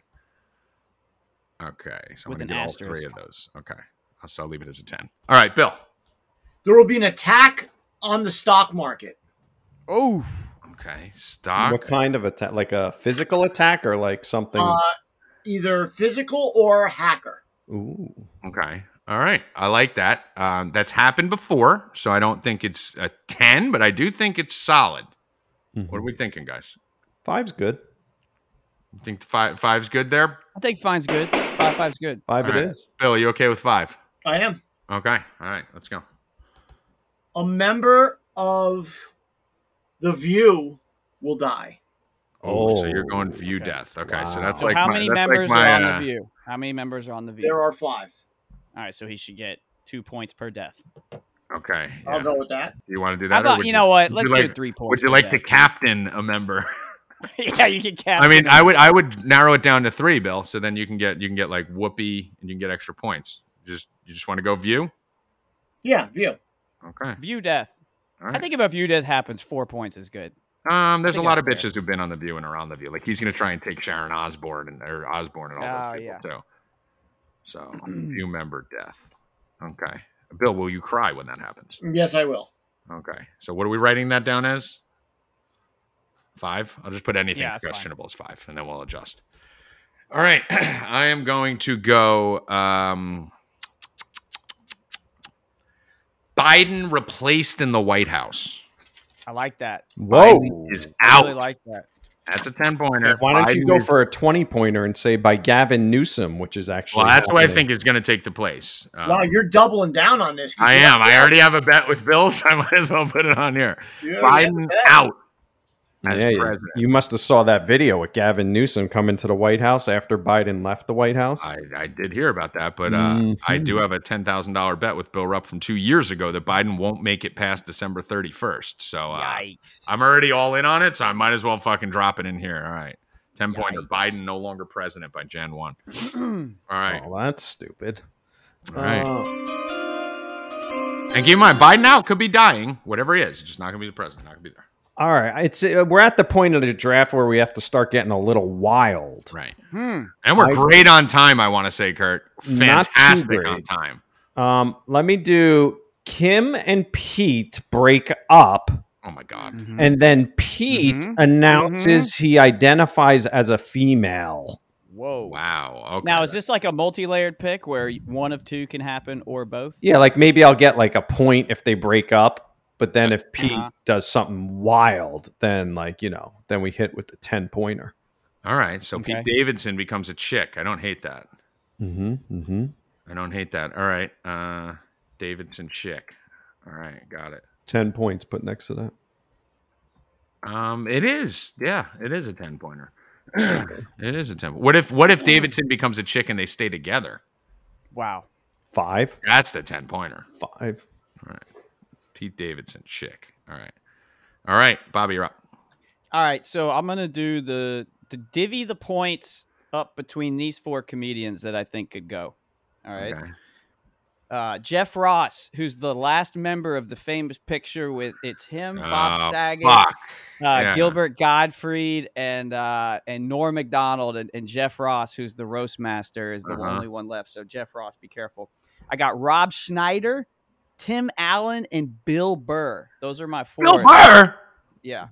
Okay. So With I'm gonna an do all asterisk. three of those. Okay. I'll- So I'll leave it as a ten. All right, Bill. There will be an attack on the stock market. Oh, Okay. Stock. What kind of attack? Like a physical attack or like something? Uh, either physical or hacker. Ooh. Okay. All right. I like that. Um, that's happened before, so I don't think it's a ten, but I do think it's solid. Mhm. What are we thinking, guys? Five's good. You think five five's good there? I think fine's good. Five five's good. Five All it right. is. Bill, you okay with five? I am Okay. All right. Let's go. a member of the View will die. Oh, so you're Oh, going view okay. death. Okay. So Wow. that's So like how my, many that's like members my, are on uh, the view? How many members are on the view? There are five. All right, so he should get two points per death. Okay. I'll yeah. go with that. Do you want to do that? How or about would you know what? would Let's you do like- three points. Would you per like to death. captain a member? yeah, you can cap. I mean, I would I would narrow it down to three, Bill. So then you can get you can get like whoopee and you can get extra points. You just you just want to go view? Yeah, View. Okay. view death. All I right. think if a view death happens, four points is good. um, there's I a think lot of that's bitches fair. who've been on the view and around the view. Like he's gonna try and take Sharon Osbourne and or Osbourne and all Oh, those people yeah. too. So view member death. Okay. Bill, will you cry when that happens? Yes, I will. Okay. So what are we writing that down as? Five. I'll just put anything Yeah, that's fine. questionable as five, and then we'll adjust. All right. I am going to go. Um, Biden replaced in the White House. I like that. Whoa. Biden is I out. really like that. that's a ten pointer. Why don't you go for a 20 pointer and say by Gavin Newsom, which is actually. Well, that's what I happening. think is going to take the place. Um, wow, you're doubling down on this. 'cause I you- am. I already have a bet with Bill, so I might as well put it on here. you already have a Biden bet. out as Yeah, you, president. you must have saw that video with Gavin Newsom coming to the White House after Biden left the White House. I, I did hear about that, but uh, I Mhm. do have a ten thousand dollar bet with Bill Rupp from two years ago that Biden won't make it past December thirty first. So uh, Yikes! I'm already all in on it, so I might as well fucking drop it in here. All right, ten pointer. Yikes. Biden no longer president by Jan one. all right, Oh, that's stupid. all right. Oh. And keep in mind, Biden out could be dying. Whatever he is, just not gonna be the president. Not gonna be there. All right, it's uh, we're at the point of the draft where we have to start getting a little wild. Right. Hmm. And we're I- great on time. I want to say, Kurt, too fantastic great. on time. Um, let me do Kim and Pete break up, Oh my god. Mm. and then Pete Mm-hmm. Mhm. announces he identifies as a female. Whoa. Wow. Okay. Now, is this like a multi-layered pick where one of two can happen or both? Yeah, like maybe I'll get like a point if they break up, but then if Pete Uh-huh. does something wild, then like, you know, then we hit with the 10 pointer. all right? So Okay. Pete Davidson becomes a chick. I don't hate that. Mm-hmm. Mm-hmm. I don't hate that. All right. Uh, Davidson chick. All right, got it. 10 points put next to that. Um, it is. Yeah, it is a ten pointer. it is a ten. What if What if Davidson becomes a chick and they stay together? Wow. Five. That's the ten pointer. Five. Pete Davidson chick. All right. All right, Bobby, you're up. All right, so I'm gonna do the to divvy the points up between these four comedians that I think could go. All right. Okay. Uh, Jeff Ross, who's the last member of the famous picture with it's him, Bob Oh, Saget, fuck. uh, Yeah. Gilbert Gottfried, and uh, and Norm Macdonald, and, and Jeff Ross, who's the roast master, is the Uh-huh. only one left. So Jeff Ross, be careful. I got Rob Schneider, Tim Allen, and Bill Burr. Those are my four. Bill Burr. Yeah,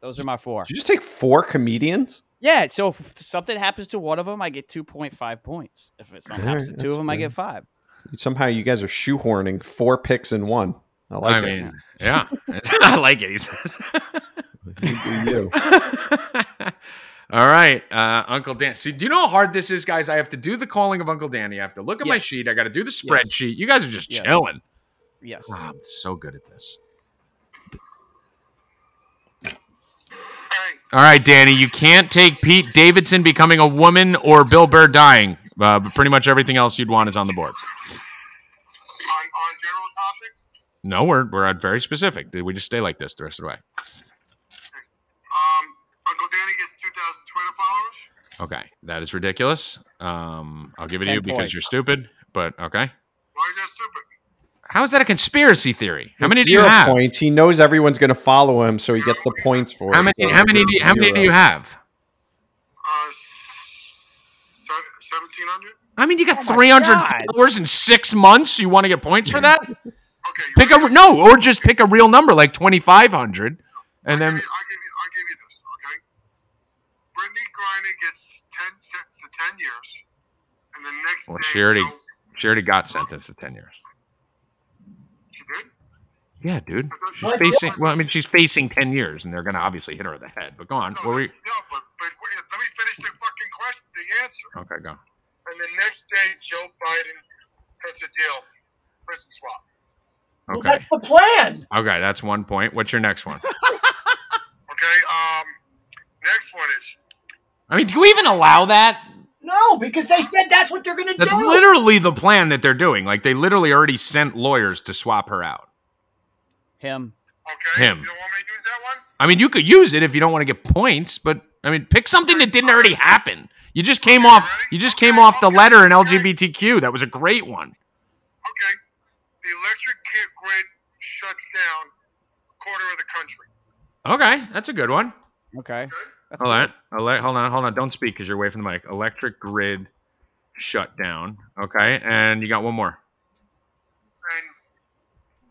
those are my four. Did you just take four comedians? Yeah, so if something happens to one of them, I get 2.5 points. If it something All happens right, to two of that's them, I fair. get five. Somehow you guys are shoehorning four picks in one. I like I it. mean, yeah, I like it. He says. You do you. All right, uh, Uncle Dan. See, do you know how hard this is, guys? I have to do the calling of Uncle Danny. I have to look at my Yes. sheet. I got to do the Yes. spreadsheet. You guys are just Yes. chilling. Yes. Ah, I'm so good at this. Hey, All right, Danny, you can't take Pete Davidson becoming a woman or Bill Burr dying. Uh, but pretty much everything else you'd want is on the board. on, on general topics, No, we're we're very specific. We just stay like this the rest of the way. um, Uncle Danny gets 2,000 Twitter followers. Okay, that is ridiculous. Um, I'll give it to Ten you because points. you're stupid. But okay, Why is that stupid? how is that a conspiracy theory? How many do you Zero have? points. He knows everyone's going to follow him, so he gets the points for How it. many? So How many? Do you, how many do zero. you have? Uh, se- 1,700? I mean, you got 300 God. followers in six months. You want to get points for that? Okay. you Pick ready? a no, or just pick a real number like 2,500, and I'll then give you, I'll give you, I'll give you this, okay? Brittany Griner gets 10 sentenced to 10 years, and the next Well, day, she already- Joe- she already got sentenced to 10 years. she did? Yeah, dude. But that's- She's facing. Well, I mean, she's facing 10 years, and they're gonna obviously hit her in the head. But go on. No, What were you? no, but, but wait, let me finish the fucking question, the answer. Okay, go. And the next day, Joe Biden cuts a deal, prison swap. Well, Okay. that's the plan. Okay, that's one point. What's your next one? Okay. Um, next one is I mean, do we even allow that? No, because they said that's what they're going to do. That's literally the plan that they're doing. Like they literally already sent lawyers to swap her out. Him. okay. Him. You don't want me to use that one? I mean, you could use it if you don't want to get points, but I mean, pick something that didn't already happen. You just came off. You just came off the letter in LGBTQ. That was a great one. Okay. The electric ki- grid shuts down a quarter of the country. Okay, that's a good one. Okay. That's Hold on, Ele- hold on, hold on. Don't speak because you're away from the mic. Electric grid shutdown. Okay, and you got one more. And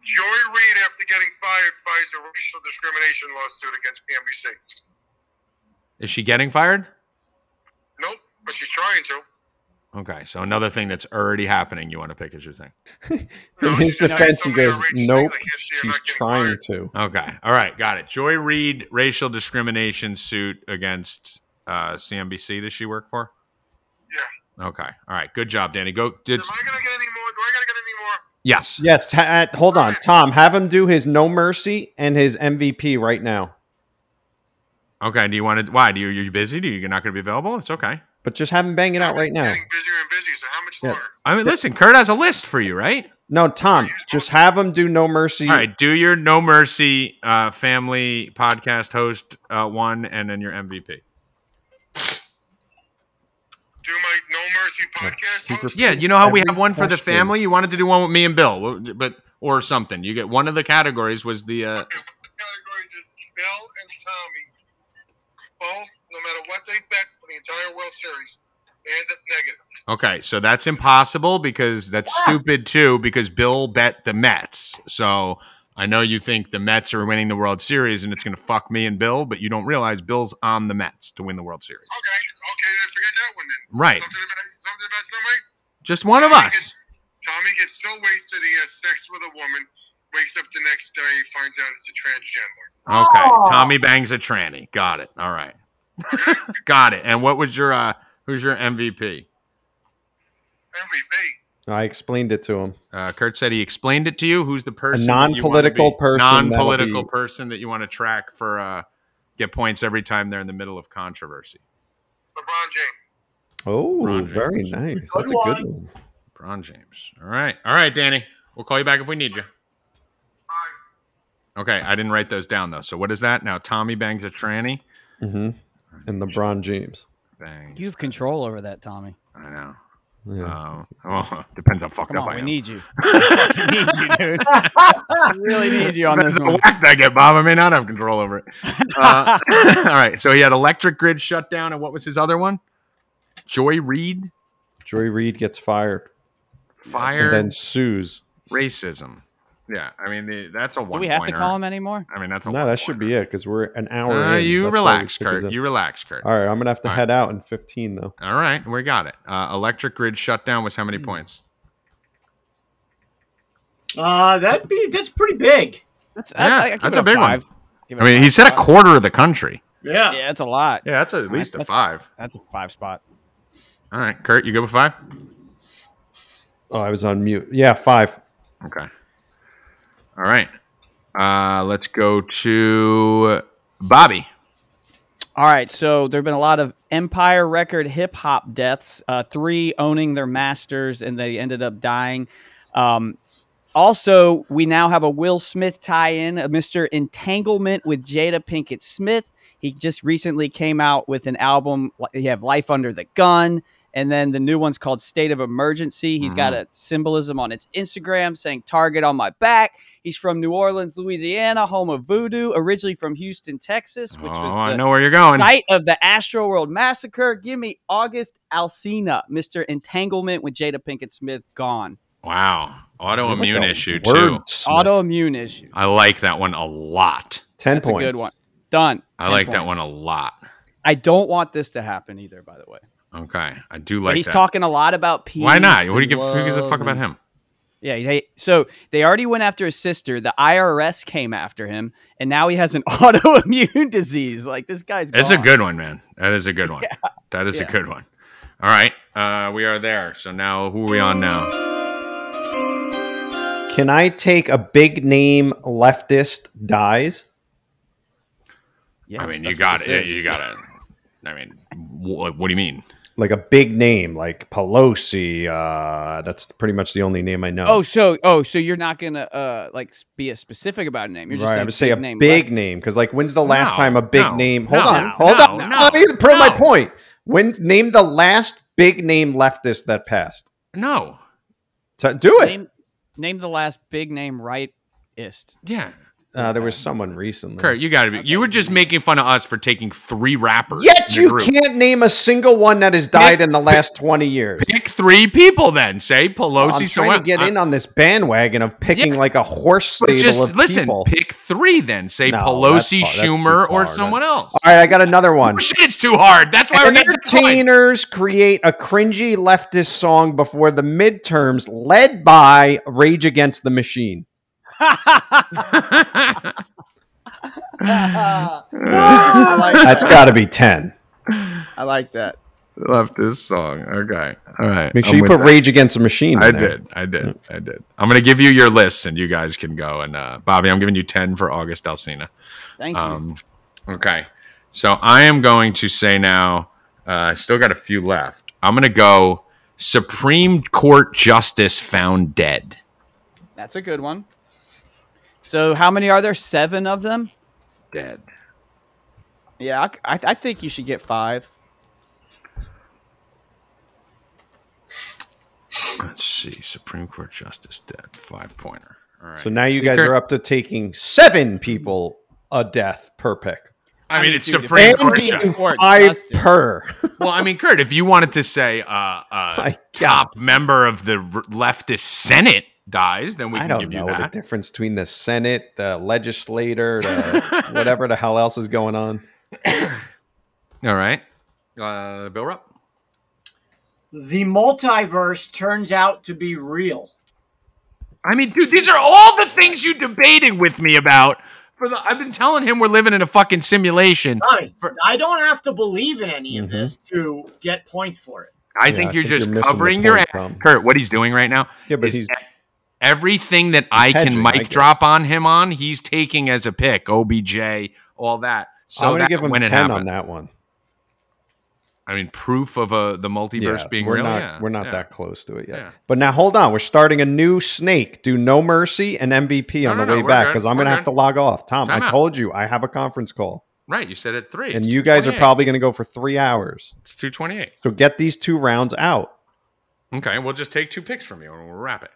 Joy Reid, after getting fired, files a racial discrimination lawsuit against NBC. Is she getting fired? Nope, but she's trying to. Okay, so another thing that's already happening. You want to pick as your thing. In his No, it's defense, he somebody goes, outrageous thing "Nope, like this, you're she's not getting trying fired." to." Okay. All right. Got it. Joy Reid racial discrimination suit against uh, CNBC. Does she work for? Yeah. Okay. All right. Good job, Danny. Go. Did Am I gonna get any more? Do I gotta get any more? yes. Yes, ta- at- hold on, Tom. Have him do his no mercy and his MVP right now. Okay. Do you want to? Why? Do you? You're busy? Do you? You're not going to be available? It's okay. But just have him bang it out I'm right now. Getting busier and busier. So how much Yeah. longer? I mean, listen. Kurt has a list for you, right? No, Tom, just have him do no mercy. All right. Do your No Mercy uh, family podcast host uh, one, and then your MVP. Do my No Mercy podcast? Super- host? Yeah. You know how we Every have one for the question. family. You wanted to do one with me and Bill, but or something. You get one of the categories was the. Uh, categories is Bill and Tommy. Both, no matter what they bet for the entire World Series, they end up negative. Okay, so that's impossible because that's stupid too because Bill bet the Mets. So I know you think the Mets are winning the World Series and it's going to fuck me and Bill, but you don't realize Bill's on the Mets to win the World Series. Okay, okay, then forget get that one then. Right. Something about, something about somebody. Just one of Tommy us. Gets, Tommy gets so wasted he has sex with a woman, wakes up the next day, finds out it's a transgender. Okay. Oh. Tommy bangs a tranny. Got it. All right. Got it. And what was your uh who's your MVP? MVP. I explained it to him. Uh, Kurt said he explained it to you. Who's the person? non-political person that'll Non-political be- person that you want to track for uh, get points every time they're in the middle of controversy. LeBron James. Oh, Ron James. very nice. Good That's a one. good one. LeBron James. All right. All right, Danny. We'll call you back if we need you. I Okay. I didn't write those down though. So what is that now? Tommy bangs a tranny. hmm And LeBron James. Bangs. You have control over that, Tommy. I know. Yeah. Um, well, depends how fucked Come up on, I we am. need you. we need you, dude. we really need you on Depends this how one. whacked I get, Bob. I may not have control over it. Uh, all right. So he had electric grid shut down, and what was his other one? Joy Reid Joy Reid gets fired fired and then sues. racism. Yeah, I mean the, that's a one. Do we have to call him anymore? I mean that's a No, that should be it. it because we're an hour. Uh, in. you That's why we relax, took his Kurt. in. You relax, Kurt. All right, I'm gonna have to All right. head out in 15 though. All right, we got it. Uh, electric grid shutdown was how many Hmm. points? Uh, that'd be that's pretty big. That's, Yeah, give that's it a big one. five. Give it I mean, he five said a spot. quarter of the country. Yeah. Yeah, that's a lot. Yeah, that's at least a that's- five. That's a five spot. All right, Kurt, you go with five. Oh, I was on mute. Yeah, five. Okay. All right. Uh, let's go to Bobby. All right, so there have been a lot of empire record hip hop deaths. Uh, three owning their masters, and they ended up dying. Um, also, we now have a Will Smith tie-in, a Mr. Entanglement with Jada Pinkett Smith. He just recently came out with an album. li- You have Life Under the Gun, and then the new one's called State of Emergency. He's Mm-hmm. got a symbolism on its Instagram saying "Target on my back." He's from New Orleans, Louisiana, home of Voodoo. Originally from Houston, Texas, which oh, was the I know where you're going. site of the Astro World Massacre. Give me August Alcina, Mr. Entanglement with Jada Pinkett Smith gone. Wow, autoimmune issue Word too. smith. Autoimmune issue. I like that one a lot. Ten That's points. a good one. Done. I Ten like that points. one a lot. I don't want this to happen either, by the way. Okay, I do But like he's that. talking a lot about peace. Why not? What do you and give? Who gives a love fuck about and- him? Yeah. He, so they already went after his sister. The IRS came after him, and now he has an autoimmune disease. Like this guy's. That's a gone. good one, man. That is a good one. That is Yeah. a good one. All right, uh, we are there. So now, who are we on now? Can I take a big name leftist dies? Yes, I mean, that's you what got this it. is. You got it. I mean, wh- what do you mean? Like a big name, like Pelosi. Uh, that's pretty much the only name I know. Oh, so oh, so you're not gonna uh like s- be as specific about a name. You're just right. saying I'm say a name big letters. name because like when's the last No, time a big no, name? Hold no, on, no, hold on. no, Let me prove my no. point. When name the last big name leftist that passed? No. So do it. Name, name the last big name rightist. Yeah, Uh, there was someone recently. Kurt, you got to be. You were just making fun of us for taking three rappers. in Yet the you group. can't name a single one that has died in the last 20 years. pick three people. Then say I'm Pelosi. trying someone- to get I'm- in on this bandwagon of picking Yeah. like a horse But stable just of listen. people. Pick three. Then say No, Pelosi, that's far- that's Schumer, too or far. someone else. All right, I got another one. Oh, Shit, it's too hard. That's why we're getting to the point. Entertainers create a cringy leftist song before the midterms, led by Rage Against the Machine. I like, That's got to be 10. I like that. Love this song. Okay. All right. Make sure I'm you with put that. Rage Against the Machine. in I there. did. I did. I did. I'm gonna give you your lists, and you guys can go. And uh, Bobby, I'm giving you ten for August Alsina. Thank you. Um, okay. So I am going to say now. uh, I still got a few left. I'm gonna go. Supreme Court Justice found dead. That's a good one. So how many are there? Seven of them. Dead. Yeah, I, I, I think you should get five. Let's see. Supreme Court Justice dead. Five pointer. All right. So now you guys Secret- are up to taking seven people a death per pick. I mean, it's Dude, if Supreme it's Court Supreme Justice. Court Five justice- per. Well, I mean, Kurt, if you wanted to say uh, uh, My top member of the r- leftist Senate dies, then we I can don't give you know the that. difference between the Senate, the legislator, the whatever the hell else is going on. All right, uh, Bill Rupp. the multiverse turns out to be real. I mean, dude, these are all the things you debated with me about. For the, I've been telling him we're living in a fucking simulation. Tommy, For- Mm-hmm. I don't have to believe in any of this to get points for it. I Yeah, think I you're think just you're missing the covering your ass. point, Tom. Kurt, what he's doing right now Yeah, but is he's e- everything that I hedging, can I mic get it. drop on him on, he's taking as a pick. OBJ, all that. I'm So gonna that give him when it ten happened, on that one. I mean, proof of uh, the multiverse being we're real. not yeah, we're not yeah. that close to it yet. Yeah. But now hold on, we're starting a new snake. Do no mercy and MVP No, on no, the no, way we're back good. because I'm We're gonna have good. to log off. Tom, Time I out. told you I have a conference call, Right, you said at three, and It's you guys are 2:28. probably gonna go for three hours. it's two twenty-eight. So get these two rounds out. Okay, we'll just take two picks from you and we'll wrap it.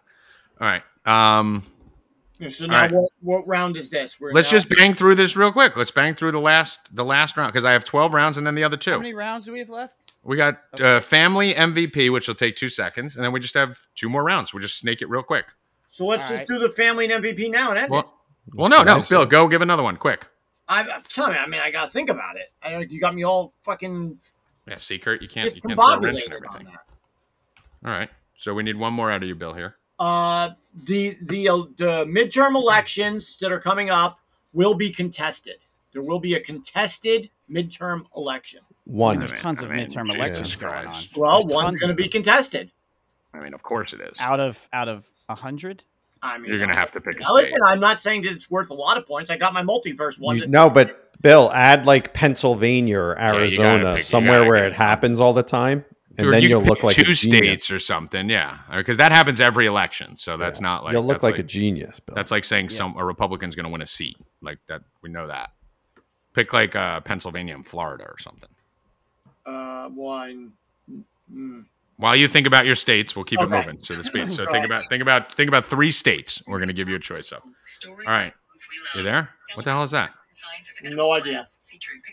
All right. Um, So All now, right. what, what round is this? We're let's now- just bang through this real quick. Let's bang through the last the last round because I have twelve rounds and then the other How two. many rounds do we have left? We got uh, family MVP, which will take two seconds, and then we just have two more rounds. We just snake it real quick. So let's All just do the family and MVP now and end it. Well, well, no, what I no, said. Bill, go give another one quick. I, Tommy, I mean, I gotta think about it. I, you got me all fucking Yeah, see, Kurt, you can't you can't throw a wrench in discombobulated on everything. that. All right, so we need one more out of you, Bill. Here, Uh, the the uh, the midterm elections that are coming up will be contested. There will be a contested midterm election. One. There's tons of I mean, midterm Jesus elections going on. Christ. Well, There's one's tons going of to be them. contested. I mean, of course it is. out of out of a hundred. I mean, You're gonna have to pick a Now, state. listen, I'm not saying that it's worth a lot of points. I got my multiverse one. You- that's- no, but Bill, add like Pennsylvania Yeah, or you gotta Arizona, pick- you somewhere gotta where get it it. happens all the time, and Or then you you'll can look pick like two a genius. states or something. Yeah, because that happens every election. So that's not like you'll look that's like, a genius, Bill. That's like saying some a Republican's going to win a seat. Like that, we know that. Pick like uh, Pennsylvania and Florida or something. uh, one. Mm. While you think about your states, we'll keep it Okay. moving. So to speak. So think about think about think about three states. We're going to give you a choice of. Stories All right. You you there? What the hell is that? No idea.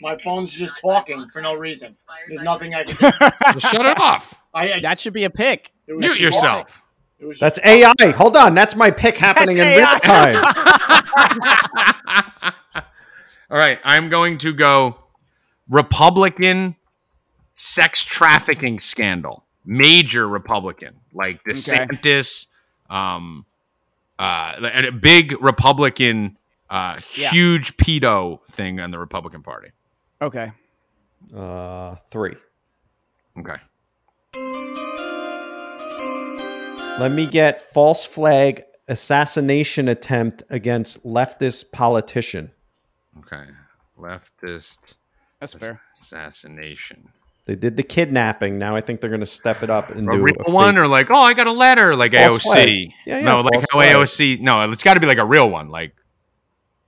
My phone's just talking for no reason. There's nothing I can. Well, shut it off. I, I That should be a pick. it was Mute just- yourself. It was That's just- AI. Hold on, that's my pick happening in That's real time. All right, I'm going to go Republican sex trafficking scandal. Major Republican, like DeSantis, um, uh, and a big Republican, uh, Yeah. huge pedo thing on the Republican Party. Okay. Uh, three. Okay. Let me get false flag assassination attempt against leftist politician. Okay. Leftist That's fair. assassination. They did the kidnapping. Now I think they're going to step it up and a do real a one fake- or like oh i got a letter like False aoc flag. Yeah, yeah, no like false how flag. aoc no it's got to be like a real one like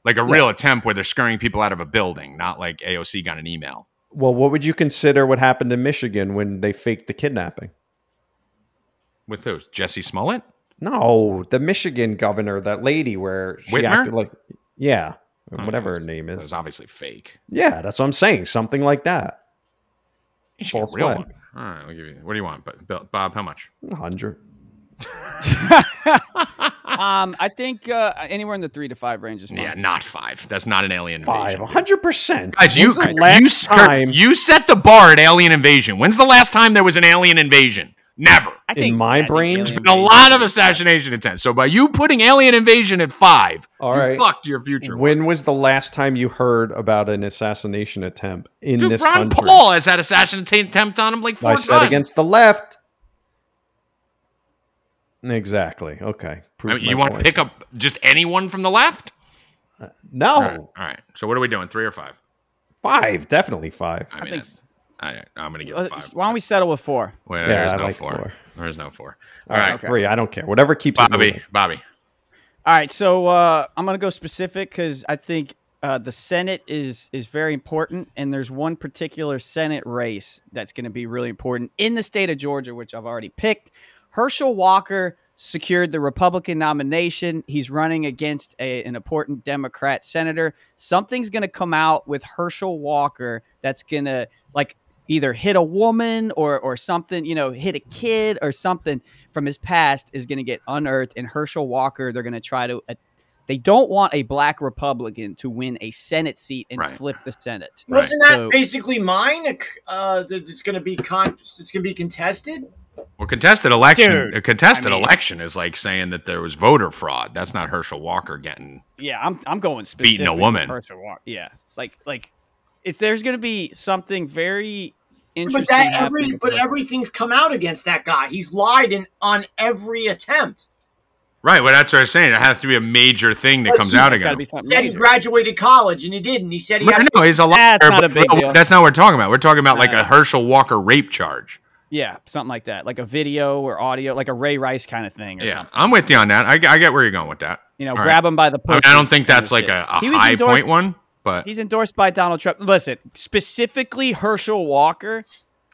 like a real attempt where they're scaring people out of a building not like aoc got an email well, what would you consider what happened in Michigan when they faked the kidnapping? with those jesse smollett No, the Michigan governor, that lady where she Whitmer? acted like, yeah, Oh, whatever her yeah. name that is. was obviously fake Yeah, that's what I'm saying. Something like that. You should get a False real flag. one all right we'll give you what do you want but Bill- bob how much 100. Um, I think uh, anywhere in the three to five range is fine. yeah not five that's not an alien Five. invasion 100%. Guys, you, When's the you, last Kurt, time you set the bar at alien invasion. When's the last time there was an alien invasion? Never. I in my brain? alien- been a lot of assassination attempts. So by you putting alien invasion at five, All you right. fucked your future. When was the last time you heard about an assassination attempt in Dude, this Ron country? Paul has had assassination attempt on him like four I times. said against the left. Exactly. Okay. I Prove mean, my you want to point. pick up just anyone from the left? No, Oh. All right. All right. So what are we doing? Three or five? five. Definitely five. I mean, think- that's- I, I'm going to give Uh, it five. Why don't we settle with four? Well, Yeah, there's I no like four. four. There's no four. All right, okay. three. I don't care. Whatever keeps it Bobby, moving. Bobby. All right, so uh, I'm gonna go specific because I think uh, the Senate is is very important, and there's one particular Senate race that's gonna be really important in the state of Georgia, which I've already picked. Herschel Walker secured the Republican nomination. He's running against a, an important Democrat senator. Something's gonna come out with Herschel Walker that's gonna like either hit a woman or or something, you know, hit a kid or something from his past is going to get unearthed and Herschel Walker they're going to try to uh, they don't want a black Republican to win a Senate seat and Right. flip the Senate. Right. Wasn't that So- basically mine? Uh, that it's going to be con- it's going to be contested. Well, contested election, Dude, a contested I mean- election is like saying that there was voter fraud. That's not Herschel Walker getting. Yeah, I'm I'm going specific. Beating a woman. Herschel Walker. Yeah, like like if there's gonna be something very interesting. But that happening every with but Herschel- everything's come out against that guy. He's lied in on every attempt. Right. Well, that's what I was saying. It has to be a major thing that Well, comes he- out It's gotta again. be something. Said he major. graduated college and he didn't. He said he had no, he's a liar. That's not but a big no, deal. that's not what we're talking about. We're talking about like No. a Herschel Walker rape charge. Yeah, something like that, like a video or audio, like a Ray Rice kind of thing. Or Yeah, something. I'm with you on that. I, I get where you're going with that. you know, All right. grab him by the. I, mean, I pussy don't think kind of that's like shit. a, a He was high endorsed- point one, but He's endorsed by Donald Trump. Listen, specifically Herschel Walker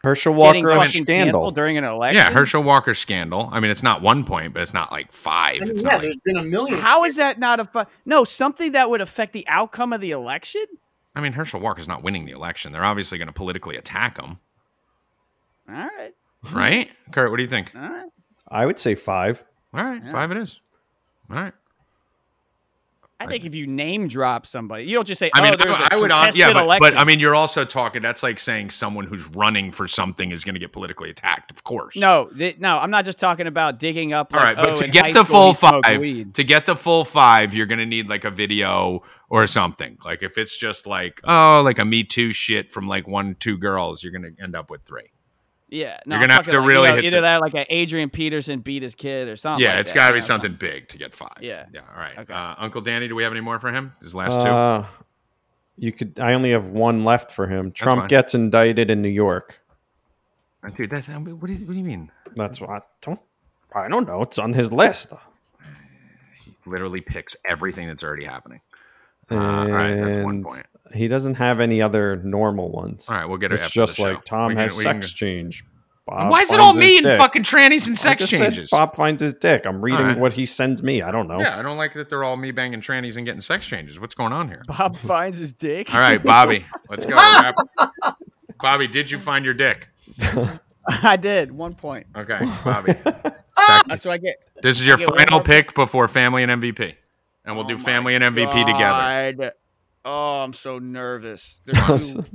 Herschel getting Walker and fucking Scandal. scandal during an election. yeah, Herschel Walker scandal. I mean, it's not one point, but it's not like five. I mean, It's yeah, not like, there's been a million. How is that not a fu- no something that would affect the outcome of the election? I mean, Herschel Walker's not winning the election. They're obviously going to politically attack him, All right, right? Kurt, what do you think? all right. I would say five. All right, Yeah. five it is. All right. I think if you name drop somebody, you don't just say. I mean, oh, there's I, a I would, hon- contested yeah, but, but election. I mean, you're also talking. That's like saying someone who's running for something is going to get politically attacked. Of course. No, th- no, I'm not just talking about digging up. All right, Like, but oh, to in get high the full school, he smoked five, weed. to get the full five, you're gonna need like a video or something. Like if it's just like oh, like a Me Too shit from like one two girls, you're gonna end up with three. Yeah, no, You're I'm gonna have talking to like, really you know, hit either the- that, or like an Adrian Peterson beat his kid or something. yeah, like it's that, gotta you be know, something big to get five. Yeah. yeah. All right, Okay. uh, Uncle Danny, do we have any more for him? His last two. Uh, you could. I only have one left for him. fine. Trump gets indicted in New York. Uh, Dude, that's I mean, what, is, what do you mean? That's why I don't. I don't know. It's on his list. Literally picks everything that's already happening. Uh, all right, that's one And point. He doesn't have any other normal ones. All right, we'll get it. it's after the just like show. Tom We can- has we can sex uh, go- change. Bob Why is it finds all his me and dick. fucking trannies and I sex just said changes? Bob finds his dick. I'm reading right. what he sends me. I don't know. Yeah, I don't like that they're all me banging trannies and getting sex changes. What's going on here? Bob finds his dick. All right, Bobby, let's go. Wrap- Bobby, did you find your dick? I did one point. Okay, Bobby. That's what I get. This is your Okay, one final more- pick before family and MVP. And we'll do Oh my family and MVP together. God. Oh, I'm so nervous. There's two,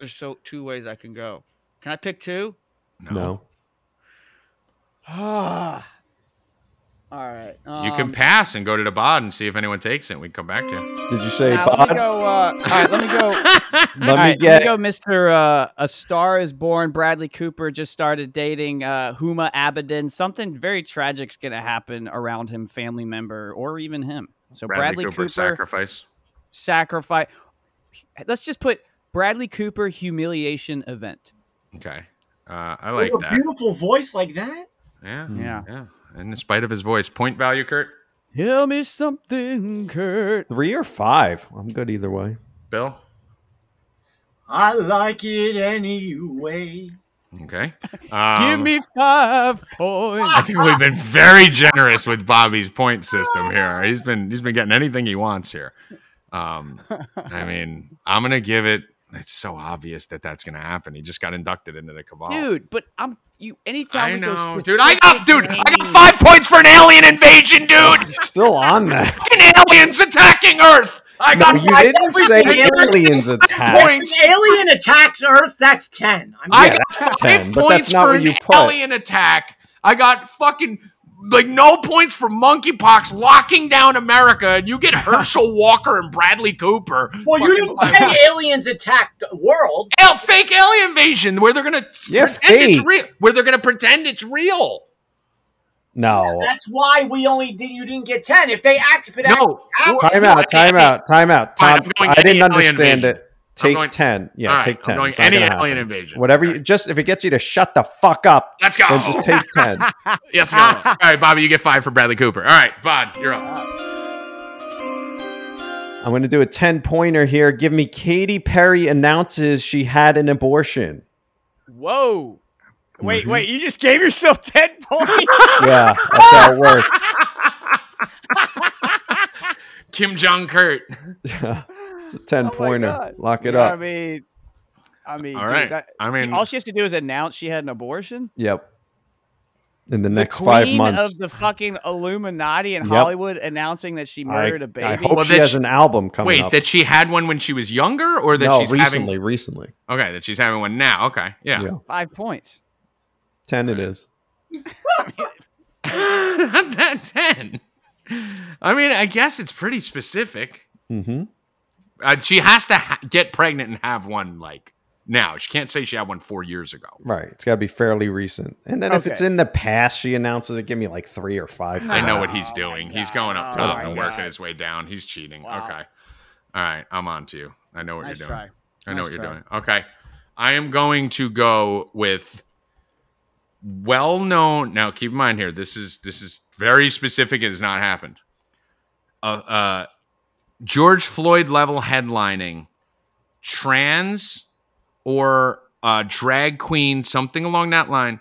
there's so two ways I can go. Can I pick two? no. Ah. All right. Um, You can pass and go to the bod and see if anyone takes it. We can come back to you. Did you say now, Bob? let me go. Uh, all right, let me go. Let all me right, get. let me go. Mr. Uh, A Star Is Born. Bradley Cooper just started dating uh, Huma Abedin. Something very tragic's gonna happen around him, family member, or even him. So Bradley, Cooper, sacrifice. sacrifice. Let's just put Bradley Cooper humiliation event. Okay. Uh, I like with a that. Oh, beautiful voice like that. Yeah. Yeah. Yeah. And in spite of his voice, point value, Kurt, Tell me something, Kurt. Three or five. I'm good either way. Bill. I like it anyway. Okay. Give Um, me five points. I think we've been very generous with Bobby's point system here. He's been he's been getting anything he wants here. Um, I mean, I'm gonna give it. It's so obvious that that's gonna happen. He just got inducted into the cabal, Dude, but I'm you anytime I we go know, specific dude. I got, dude. I got names- five points for an alien invasion, dude. You're still on that. Fucking aliens attacking Earth. I No, got you five didn't every say alien aliens attack. If points. an alien attacks Earth, that's ten. I mean, I Yeah, got that's five 10, but points that's not for what an you put. alien attack. I got fucking like no points for monkeypox locking down America, and you get Herschel Walker and Bradley Cooper. well, you Fucking- didn't say aliens attacked the world. Al- fake alien invasion where they're gonna Yeah, pretend it's fake. real. Where they're gonna pretend it's real. No. That's why we only did, you didn't get ten. If they act, if it acts No. out, Time out. Time out. Time out. Fine, Tom, I'm going I didn't any alien understand invasion. it. Take going- ten. Yeah, All right, take I'm ten. going It's not any gonna happen. alien invasion. Whatever All you just if it gets you to shut the fuck up, Let's go. then just take ten. yes, go. All right, Bobby, you get five for Bradley Cooper. All right, Bod, you're up. I'm gonna do a ten pointer here. Give me Katy Perry announces she had an abortion. Whoa. Mm-hmm. Wait, Mm-hmm. wait, you just gave yourself 10 points. Yeah, that's how it works. Kim Jong Kurt. it's a ten Oh my pointer. God. Lock it You know what up. I mean, I mean, All dude, right. that- I mean, all she has to do is announce she had an abortion. Yep. In the next the five queen months. of the fucking Illuminati in Yep. Hollywood announcing that she I, murdered a baby. I hope Well, she that has she- an album coming wait, up. that she had one when she was younger, or that no, she's recently, having recently. okay, that she's having one now. Okay, yeah. Yeah. Five points. Ten it is. that 10. I mean, I guess it's pretty specific. Mm-hmm. Uh, she has to ha- get pregnant and have one like now. She can't say she had one four years ago. Right. It's got to be fairly recent. And then if it's Okay. in the past, she announces it. Give me like three or five. for I know that. what he's Oh, doing. my He's going up God. top Oh, and my working God. his way down. He's cheating. Wow. Okay. All right. I'm on to you. I know what Nice you're doing. try. I know Nice what you're try. doing. Okay. I am going to go with well known. Now, keep in mind here, this is this is very specific. It has not happened. Uh, uh, George Floyd level headlining, trans or uh, drag queen, something along that line.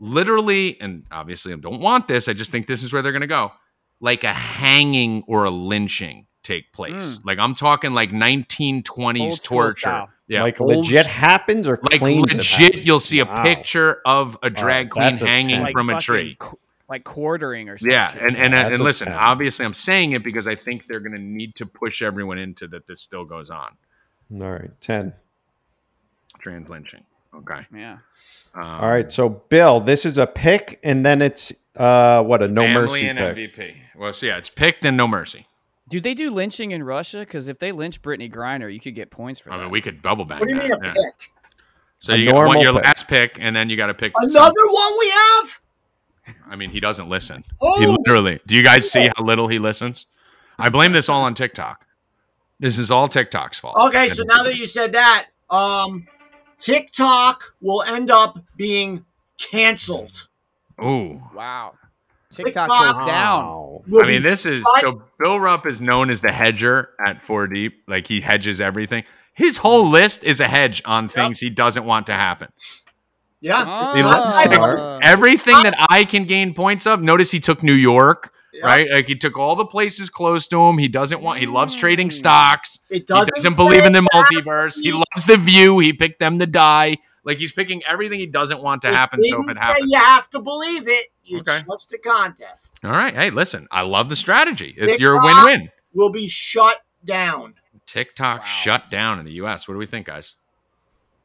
Literally, and obviously, I don't want this. I just think this is where they're going to go. Like a hanging or a lynching take place. Hmm. Like I'm talking like 1920s Old school torture. style. Yeah, like old legit s- happens or like claims it legit. happened. You'll see a Wow. picture of a drag queen that's a hanging 10. Like from a fucking tree. qu- like quartering or something. Yeah, and and, That's and a listen, 10. obviously, I'm saying it because I think they're going to need to push everyone into that. This still goes on. All right, ten. Trans lynching. Okay. yeah. Um, All right, so Bill, this is a pick, and then it's uh what a no family mercy and pick. MVP. Well, so yeah, it's picked and no mercy. Do they do lynching in Russia? Because if they lynch Brittany Griner, you could get points for I that. mean, Oh, we could double back. What do you mean a that. pick? yeah. So A you got one, normal your pick. last pick, and then you got to pick. some- Another one we have? I mean, he doesn't listen. He Oh, literally. Do you guys see how little he listens? I blame this all on TikTok. This is all TikTok's fault. okay. So now that you said that, um, TikTok will end up being canceled. Ooh. wow. TikTok, TikTok. goes down. Wow. I mean, this is so Bill Rupp is known as the hedger at four deep. Like he hedges everything. His whole list is a hedge on things he doesn't want to happen. yeah. He Oh. lets stick- Uh, Smart. everything that I can gain points of. Notice he took New York, Yeah. right? Like he took all the places close to him. He doesn't want. He loves trading Mm. stocks. It doesn't, he doesn't believe in say the that. multiverse. He loves the view. He picked them to die. Like he's picking everything he doesn't want to happen. So if didn't it say happens, you have to believe it. It's Okay. just a contest. all right. Hey, listen, I love the strategy. If Big you're a Rock. win-win. Will be shut down. TikTok Wow. shut down in the U.S. What do we think, guys?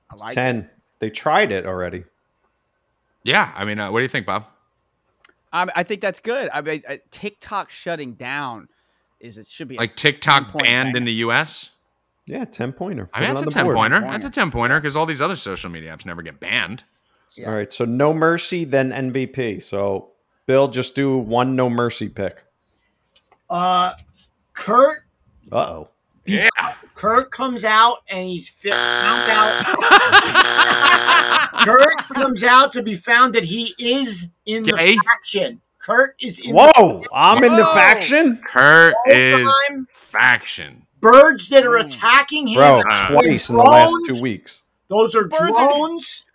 I like it. Ten. They tried it already. Yeah, I mean, uh, what do you think, Bob? I, I think that's good. I mean, I, TikTok shutting down is it should be a Like TikTok 10-point banned ban. in the U.S. Yeah, ten pointer. I mean, Put it that's a ten on the board. pointer. Pointer. That's a ten pointer because all these other social media apps never get banned. All right, so no mercy, then MVP. So Bill, just do one no mercy pick. Uh, Kurt. Uh oh. Yeah. Kurt comes out and he's fi- found out. Kurt comes out to be found that he is in Gay? the faction. Kurt is in the Whoa! I'm in the Whoa. faction, Kurt whole is time. faction. Birds that are attacking him. bro. Uh, Twice in the last two Drones? weeks. Those are Birds are- drones,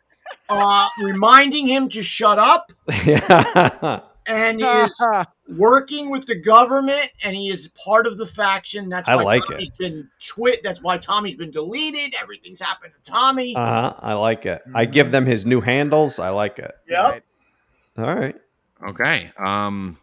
uh, reminding him to shut up. Yeah. And he is working with the government, and he is part of the faction. That's I why like Tommy's been twit. That's why Tommy's been deleted. Everything's happened to Tommy. Uh-huh. I like it. Mm-hmm. I give them his new handles. I like it. yep. All right. Okay. Um,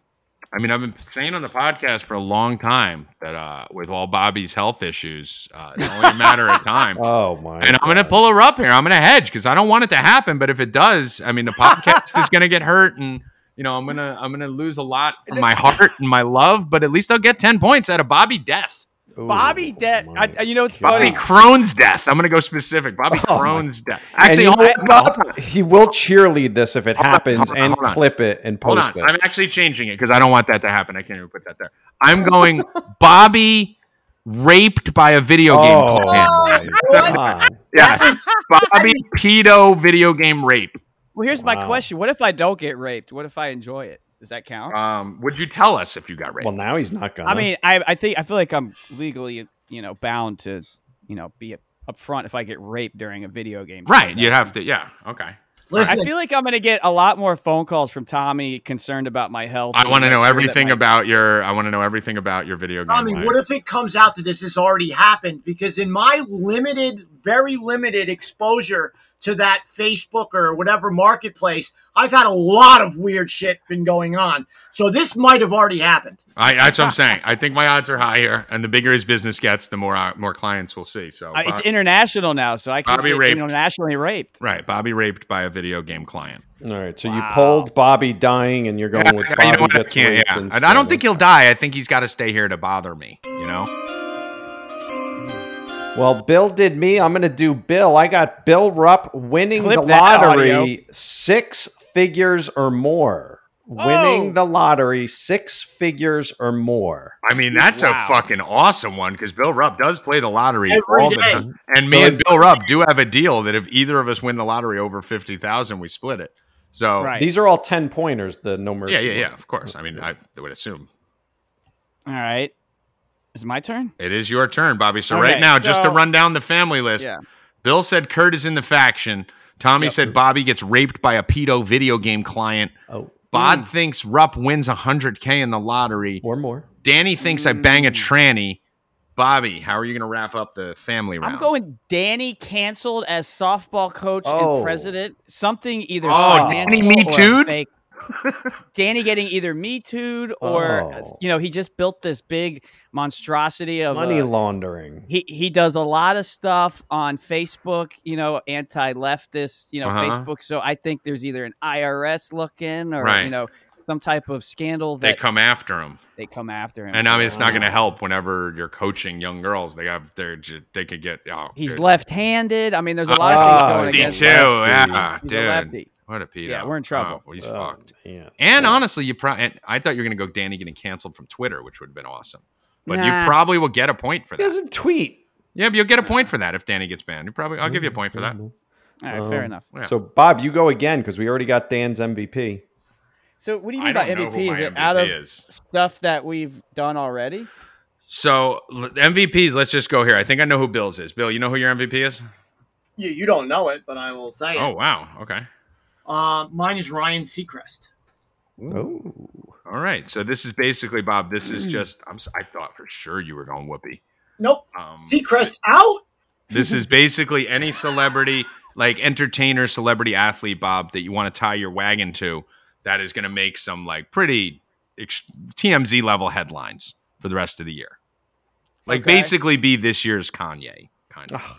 I mean, I've been saying on the podcast for a long time that uh, with all Bobby's health issues, uh, it's only a matter of time. Oh my. And I'm gonna God. pull her up here. I'm gonna hedge because I don't want it to happen. But if it does, I mean, the podcast is gonna get hurt, and you know, I'm gonna I'm gonna lose a lot from my heart and my love. But at least I'll get ten points out of Bobby Death, Ooh, oh, Bobby Debt. my I, you know it's Bobby funny. God. Crone's Death. I'm gonna go specific. Bobby Oh, my- Crone's Death. And Actually, he, hold, will, hold on, he will cheerlead this if it Hold on, happens hold on, and hold on. clip it and hold post on. it. I'm actually changing it because I don't want that to happen. I can't even put that there. I'm going Bobby raped by a video game. oh, player. my God. Yes, Bobby pedo video game rape. Well, here's my Wow. question: What if I don't get raped? What if I enjoy it? Does that count? Um, would you tell us if you got raped? Well, now he's not Uh-huh. gonna. I mean, I, I think I feel like I'm legally, you know, bound to, you know, be upfront if I get raped during a video game. Right, transaction. you'd have to. Yeah, okay. I Listen, feel like I'm going to get a lot more phone calls from Tommy concerned about my health. I and want to make know sure that everything my- about your. I want to know everything about your video game. Tommy, life. what if it comes out that this has already happened? Because in my limited, very limited exposure to that Facebook or whatever marketplace, I've had a lot of weird shit been going on. So this might have already happened. I, that's what I'm saying. I think my odds are higher, and the bigger his business gets, the more uh, more clients we'll see. So Uh, it's Bob- international now, so I can Bobby be raped. internationally raped. right, Bobby raped by a video game client. All right, so you pulled Bobby dying, and you're going with Yeah, Bobby you know what? I gets can't. raped Yeah. instead And I don't of- think he'll die. I think he's got to stay here to bother me. You know. Well, Bill did me. I'm going to do Bill. I got Bill Rupp winning Clip the that lottery audio. six figures or more. Whoa. Winning the lottery six figures or more. I mean, that's Wow. a fucking awesome one because Bill Rupp does play the lottery Every all the day. time. And me and Bill Rupp do have a deal that if either of us win the lottery over fifty thousand, we split it. So Right. These are all 10 pointers, the no mercy. yeah, yeah, yeah. ones. Of course. I mean, I would assume All right. Is it my turn? It is your turn, Bobby. So Okay, right now, just to so- run down the family list, Yeah. Bill said Kurt is in the faction. Tommy said Bobby gets raped by a pedo video game client. Oh, Bod Hmm. thinks Rupp wins 100K in the lottery. or more. Danny thinks I bang a Mm. tranny. Bobby, how are you going to wrap up the family round? I'm going Danny canceled as softball coach Oh. and president. Something either Oh, financial Danny Me or a Too'd? fake. Danny getting either me too'd or Oh. you know he just built this big monstrosity of uh, Money a- laundering. he he does a lot of stuff on Facebook, you know, anti-leftist, you know, Uh-huh. Facebook. So I think there's either an IRS looking or Right. you know some type of scandal They that they come, come after him, after him. and I mean it's not going to help. Whenever you're coaching young girls, they have their they could get. Oh, He's dude. left-handed. I mean, there's a Ah, lot of things going lefty against. Oh, too. him. Yeah, Oh, He's a dude, lefty. what a pedo. Yeah, we're in trouble. Oh, he's Oh, fucked. Yeah. And honestly, you probably I thought you were going to go Danny getting canceled from Twitter, which would have been awesome. But you Nah. probably will get a point for He that. doesn't tweet. Yeah, but you'll get a point for that if Danny gets banned. You probably I'll give you a point for that. All right, fair Um, enough. Yeah. So, Bob, you go again because we already got Dan's MVP. So what do you I mean by don't know who MVP? my Is it MVP out of is. stuff that we've done already? So l- MVPs, let's just go here. I think I know who Bill's is. Bill, you know who your MVP is? You, you don't know it, but I will say Oh it. wow. Okay. Oh. Uh, mine is Ryan Seacrest. Oh, All right. So this is basically Bob. This is Hmm. just I'm s- I thought for sure you were going whoopee. Nope. Um, Seacrest out. This is basically any celebrity, like entertainer, celebrity athlete, Bob, that you want to tie your wagon to that is going to make some like pretty ex- TMZ level headlines for the rest of the year. Like Okay. basically be this year's Kanye. Kind of. Ugh,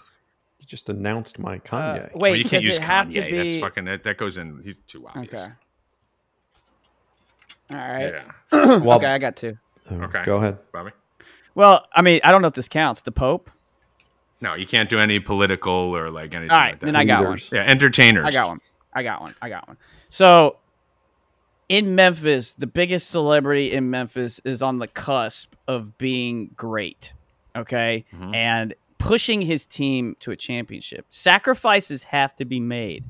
you just announced my Uh, Kanye. wait, Well, you can't does use it have Kanye. to be? That's fucking that, that goes in. He's too obvious. okay. All right. Yeah. well, Okay, I got two. oh, okay. Go ahead. Bobby. Well, I mean, I don't know if this counts. The Pope. No, you can't do any political or like anything. All right, like that. then I got one. Leaders. yeah, entertainers. I got one. I got one. I got one. So in Memphis, the biggest celebrity in Memphis is on the cusp of being great. Okay. Mhm. And pushing his team to a championship. Sacrifices have to be made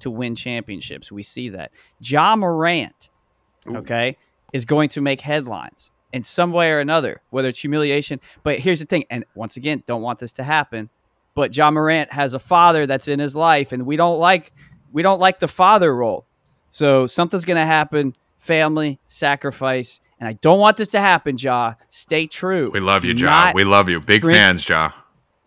to win championships. We see that. Ja Morant, okay, is going to make headlines in some way or another, whether it's humiliation. But here's the thing, and once again, don't want this to happen. But John Morant has a father that's in his life, and we don't like we don't like the father role. So something's gonna happen. Family sacrifice, and I don't want this to happen, Ja. Stay true. We love you, Do Ja. not- We love you. Big Bring- fans, Ja.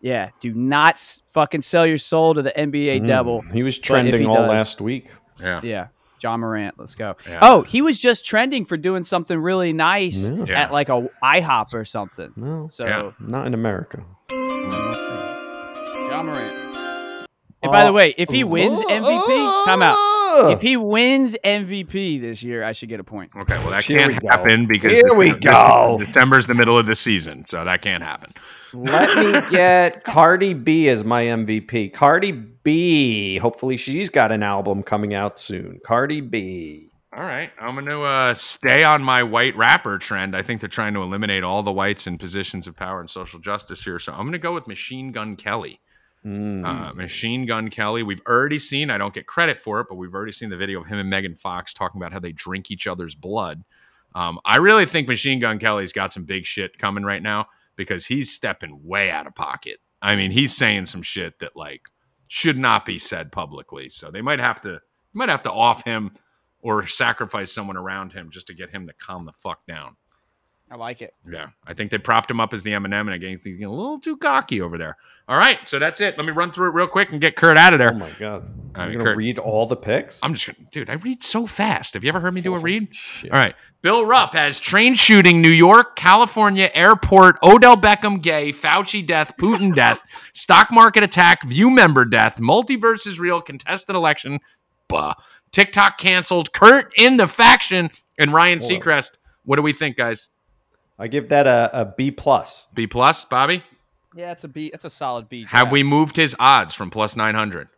yeah, do not s- fucking sell your soul to the NBA Mm, devil. He was if trending he all does- last week. Yeah. Yeah. John Morant, let's go. Yeah. Oh, he was just trending for doing something really nice Yeah. Yeah. at like a IHOP or something. No, So, Yeah. not in America. John Morant. And by the way, if he wins Oh. MVP, time out. If he wins MVP this year, I should get a point. Okay, well that Here can't we go. happen because Here we go. December's the middle of the season, so that can't happen. Let me get Cardi B as my MVP. Cardi B. Hopefully, she's got an album coming out soon. Cardi B. All right, I'm going to uh, stay on my white rapper trend. I think they're trying to eliminate all the whites in positions of power and social justice here, so I'm going to go with Machine Gun Kelly. Mm. Uh, Machine Gun Kelly. We've already seen. I don't get credit for it, but we've already seen the video of him and Megan Fox talking about how they drink each other's blood. Um, I really think Machine Gun Kelly's got some big shit coming right now because he's stepping way out of pocket. I mean, he's saying some shit that like should not be said publicly. So they might have to might have to off him or sacrifice someone around him just to get him to calm the fuck down. I like it. Yeah, I think they propped him up as the Eminem, and again, he's getting a little too cocky over there. All right, so that's it. Let me run through it real quick and get Kurt out of Oh there. my god! I I'm mean, gonna Kurt- read all the picks. Oh, I'm just, gonna, dude, I read so fast. Have you ever heard me do a read? Shit. All right. Bill Rupp has train shooting, New York, California, airport, Odell Beckham gay, Fauci death, Putin death, stock market attack, view member death, multiverse is real, contested election, bah, TikTok canceled, Kurt in the faction, and Ryan Hold on. Seacrest. What do we think, guys? I give that a, a B plus. B plus, Bobby? Yeah, it's a B. It's a solid B. Have draft. we moved his odds from plus 900?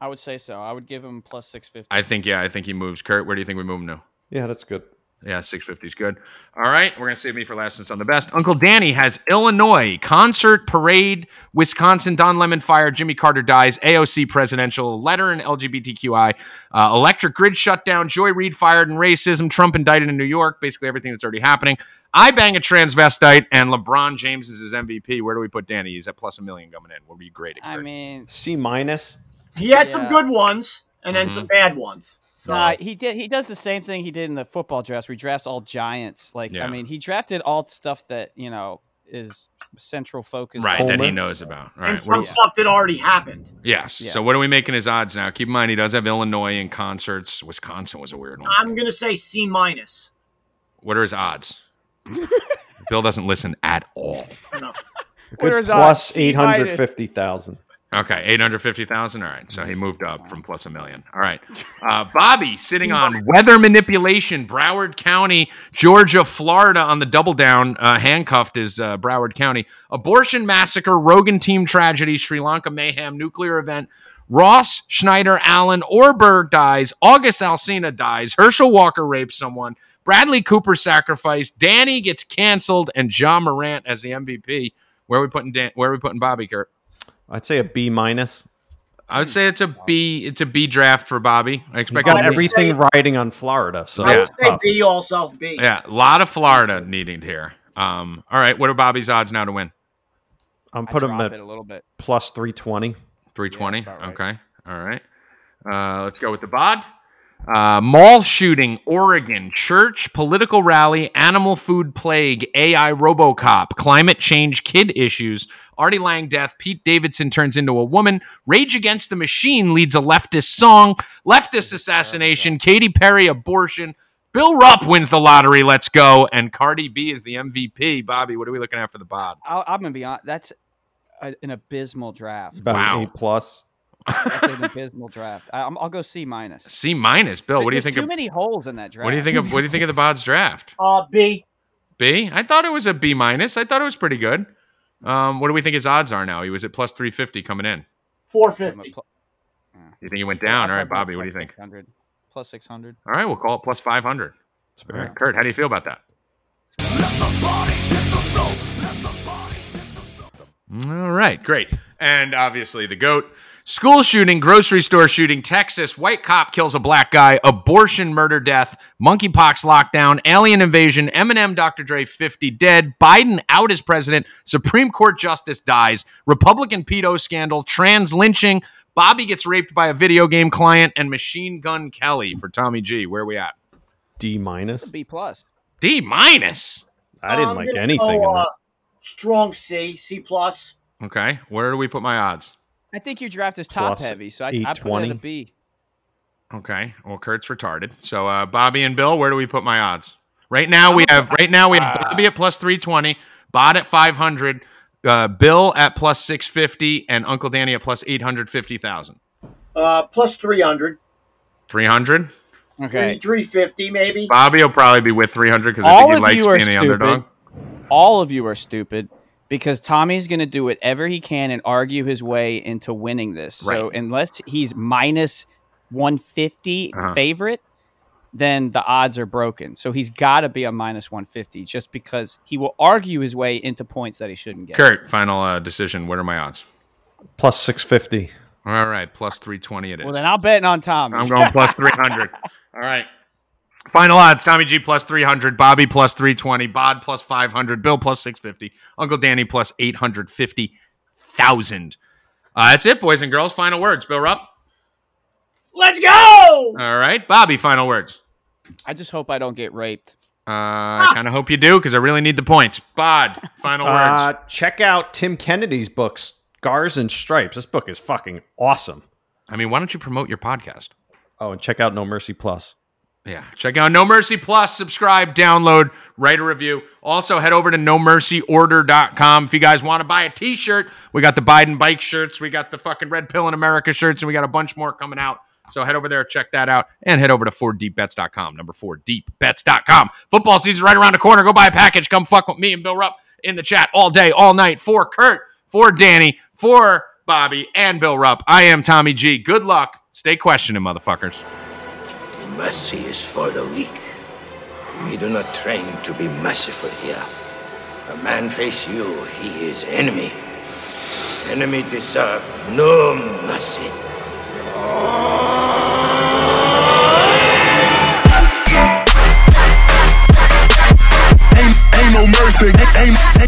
I would say so. I would give him plus six fifty. I think, yeah, I think he moves. Kurt, where do you think we move him to? Yeah, that's good. Yeah, 650 is good. All right, we're going to save me for last since I'm the best. Uncle Danny has Illinois, concert, parade, Wisconsin, Don Lemon fire, Jimmy Carter dies, AOC presidential letter and LGBTQI, uh, electric grid shutdown, Joy Reid fired and racism, Trump indicted in New York, basically everything that's already happening. I bang a transvestite, and LeBron James is his MVP. Where do we put Danny? He's at plus a million coming in. What were you grading? I Kurt? mean, C minus. He had some Yeah. good ones and then some Mm-hmm. bad ones. So Nah, he did. He does the same thing he did in the football draft. We drafts all giants. Like Yeah. I mean, he drafted all stuff that you know is central focus. right, that he Homer. knows about. All and right, some we're- stuff that already happened. yes. Yeah. So what are we making his odds now? Keep in mind he does have Illinois in concerts. Wisconsin was a weird one. I'm gonna say C minus. What are his odds? Bill doesn't listen at all. No. A Where Good is our plus C eight minus? hundred fifty thousand. Okay, 850,000. All right. So he moved up from plus a million. All right. Uh, Bobby sitting on weather manipulation, Broward County, Georgia, Florida on the double down. Uh, handcuffed is uh, Broward County. Abortion massacre, Rogan team tragedy, Sri Lanka mayhem, nuclear event. Ross, Schneider, Allen, Orberg dies. August Alsina dies. Herschel Walker rapes someone. Bradley Cooper sacrificed. Danny gets canceled. And John Morant as the MVP. Where are we putting Dan- Where are we putting Bobby, Kurt? I'd say a B minus. I would say it's a B. It's a B draft for Bobby. I He's expect got I would everything say- riding on Florida, so I Yeah. would that's say tough. B also. B. Yeah, a lot of Florida needing here. Um, all right, what are Bobby's odds now to win? I'm I putting him drop at it a little bit. plus three twenty. Three twenty. Yeah, that's about Okay. All right. Uh, let's go with the bod. Uh, mall shooting, Oregon, church, political rally, animal food plague, AI Robocop, climate change, kid issues, Artie Lang death, Pete Davidson turns into a woman, Rage Against the Machine leads a leftist song, leftist assassination, Katy Perry abortion, Bill Rupp wins the lottery, let's go, and Cardi B is the MVP. Bobby, what are we looking at for the bod? I'll, I'm gonna be honest. That's a, an abysmal draft. About Wow. an A plus. That's an abysmal draft. I, I'm, I'll go C minus. C minus, Bill. What do you There's think Too of? many holes in that draft. What do you think of? What do you think of the bod's draft? Uh, B. B. I thought it was a B minus. I thought it was pretty good. Um, what do we think his odds are now? He was at plus three fifty coming in. I'm a 450. pl- You think he went down? All I'll right, Bobby. probably go What do you plus think? 600. Plus six hundred. All right, we'll call it plus five hundred. All right, Kurt, how do you feel about that? All right, great. And obviously the goat. School shooting, grocery store shooting, Texas, white cop kills a black guy, abortion, murder, death, monkeypox lockdown, alien invasion, Eminem, Dr. Dre, 50 dead, Biden out as president, Supreme Court justice dies, Republican pedo scandal, trans lynching, Bobby gets raped by a video game client, and Machine Gun Kelly for Tommy G. Where are we at? D minus. B plus. D minus. I didn't I'm like gonna anything. Go, in uh, that. strong C, C plus. Okay, where do we put my odds? I think your draft is top Plus heavy, so I, I put it at 820. a B. Okay. Well, Kurt's retarded. So uh, Bobby and Bill, where do we put my odds? Right now we have right now we have Bobby at plus three twenty, Bod at five hundred, uh, Bill at plus six fifty, and Uncle Danny at plus eight hundred fifty thousand. Uh, plus 300. Three hundred. Okay. 350 maybe. Bobby will probably be with three hundred because I All think he of likes you are being the underdog. stupid. All of you are stupid because Tommy's going to do whatever he can and argue his way into winning this. So Right. unless he's minus 150 Uh-huh. favorite, then the odds are broken. So he's got to be a minus 150 just because he will argue his way into points that he shouldn't get. Kurt, final uh, decision. What are my odds? Plus six fifty. All right, plus three twenty it is. Well, then I'll bet on Tommy. I'm going plus 300. All right. Final odds Tommy G plus 300, Bobby plus 320, Bod plus 500, Bill plus 650, Uncle Danny plus 850,000. Uh, that's it, boys and girls. Final words. Bill Rupp. Let's go! All right. Bobby, final words. I just hope I don't get raped. Uh, I Ah. kind of hope you do because I really need the points. Bod, final Uh, words. check out Tim Kennedy's book, Scars and Stripes. This book is fucking awesome. I mean, why don't you promote your podcast? Oh, and check out No Mercy Plus. Yeah. Check out No Mercy Plus, subscribe, download, write a review. Also, head over to nomercyorder.com if you guys want to buy a t shirt. We got the Biden bike shirts, we got the fucking Red Pill in America shirts, and we got a bunch more coming out. So head over there, check that out, and head over to 4deepbets.com, number 4deepbets.com. Football season right around the corner. Go buy a package. Come fuck with me and Bill Rupp in the chat all day, all night for Kurt, for Danny, for Bobby, and Bill Rupp. I am Tommy G. Good luck. Stay questioning, motherfuckers. Mercy is for the weak. We do not train to be merciful here. A man face you, he is enemy. Enemy deserve no mercy. Ain't, ain't no mercy. Ain't, ain't,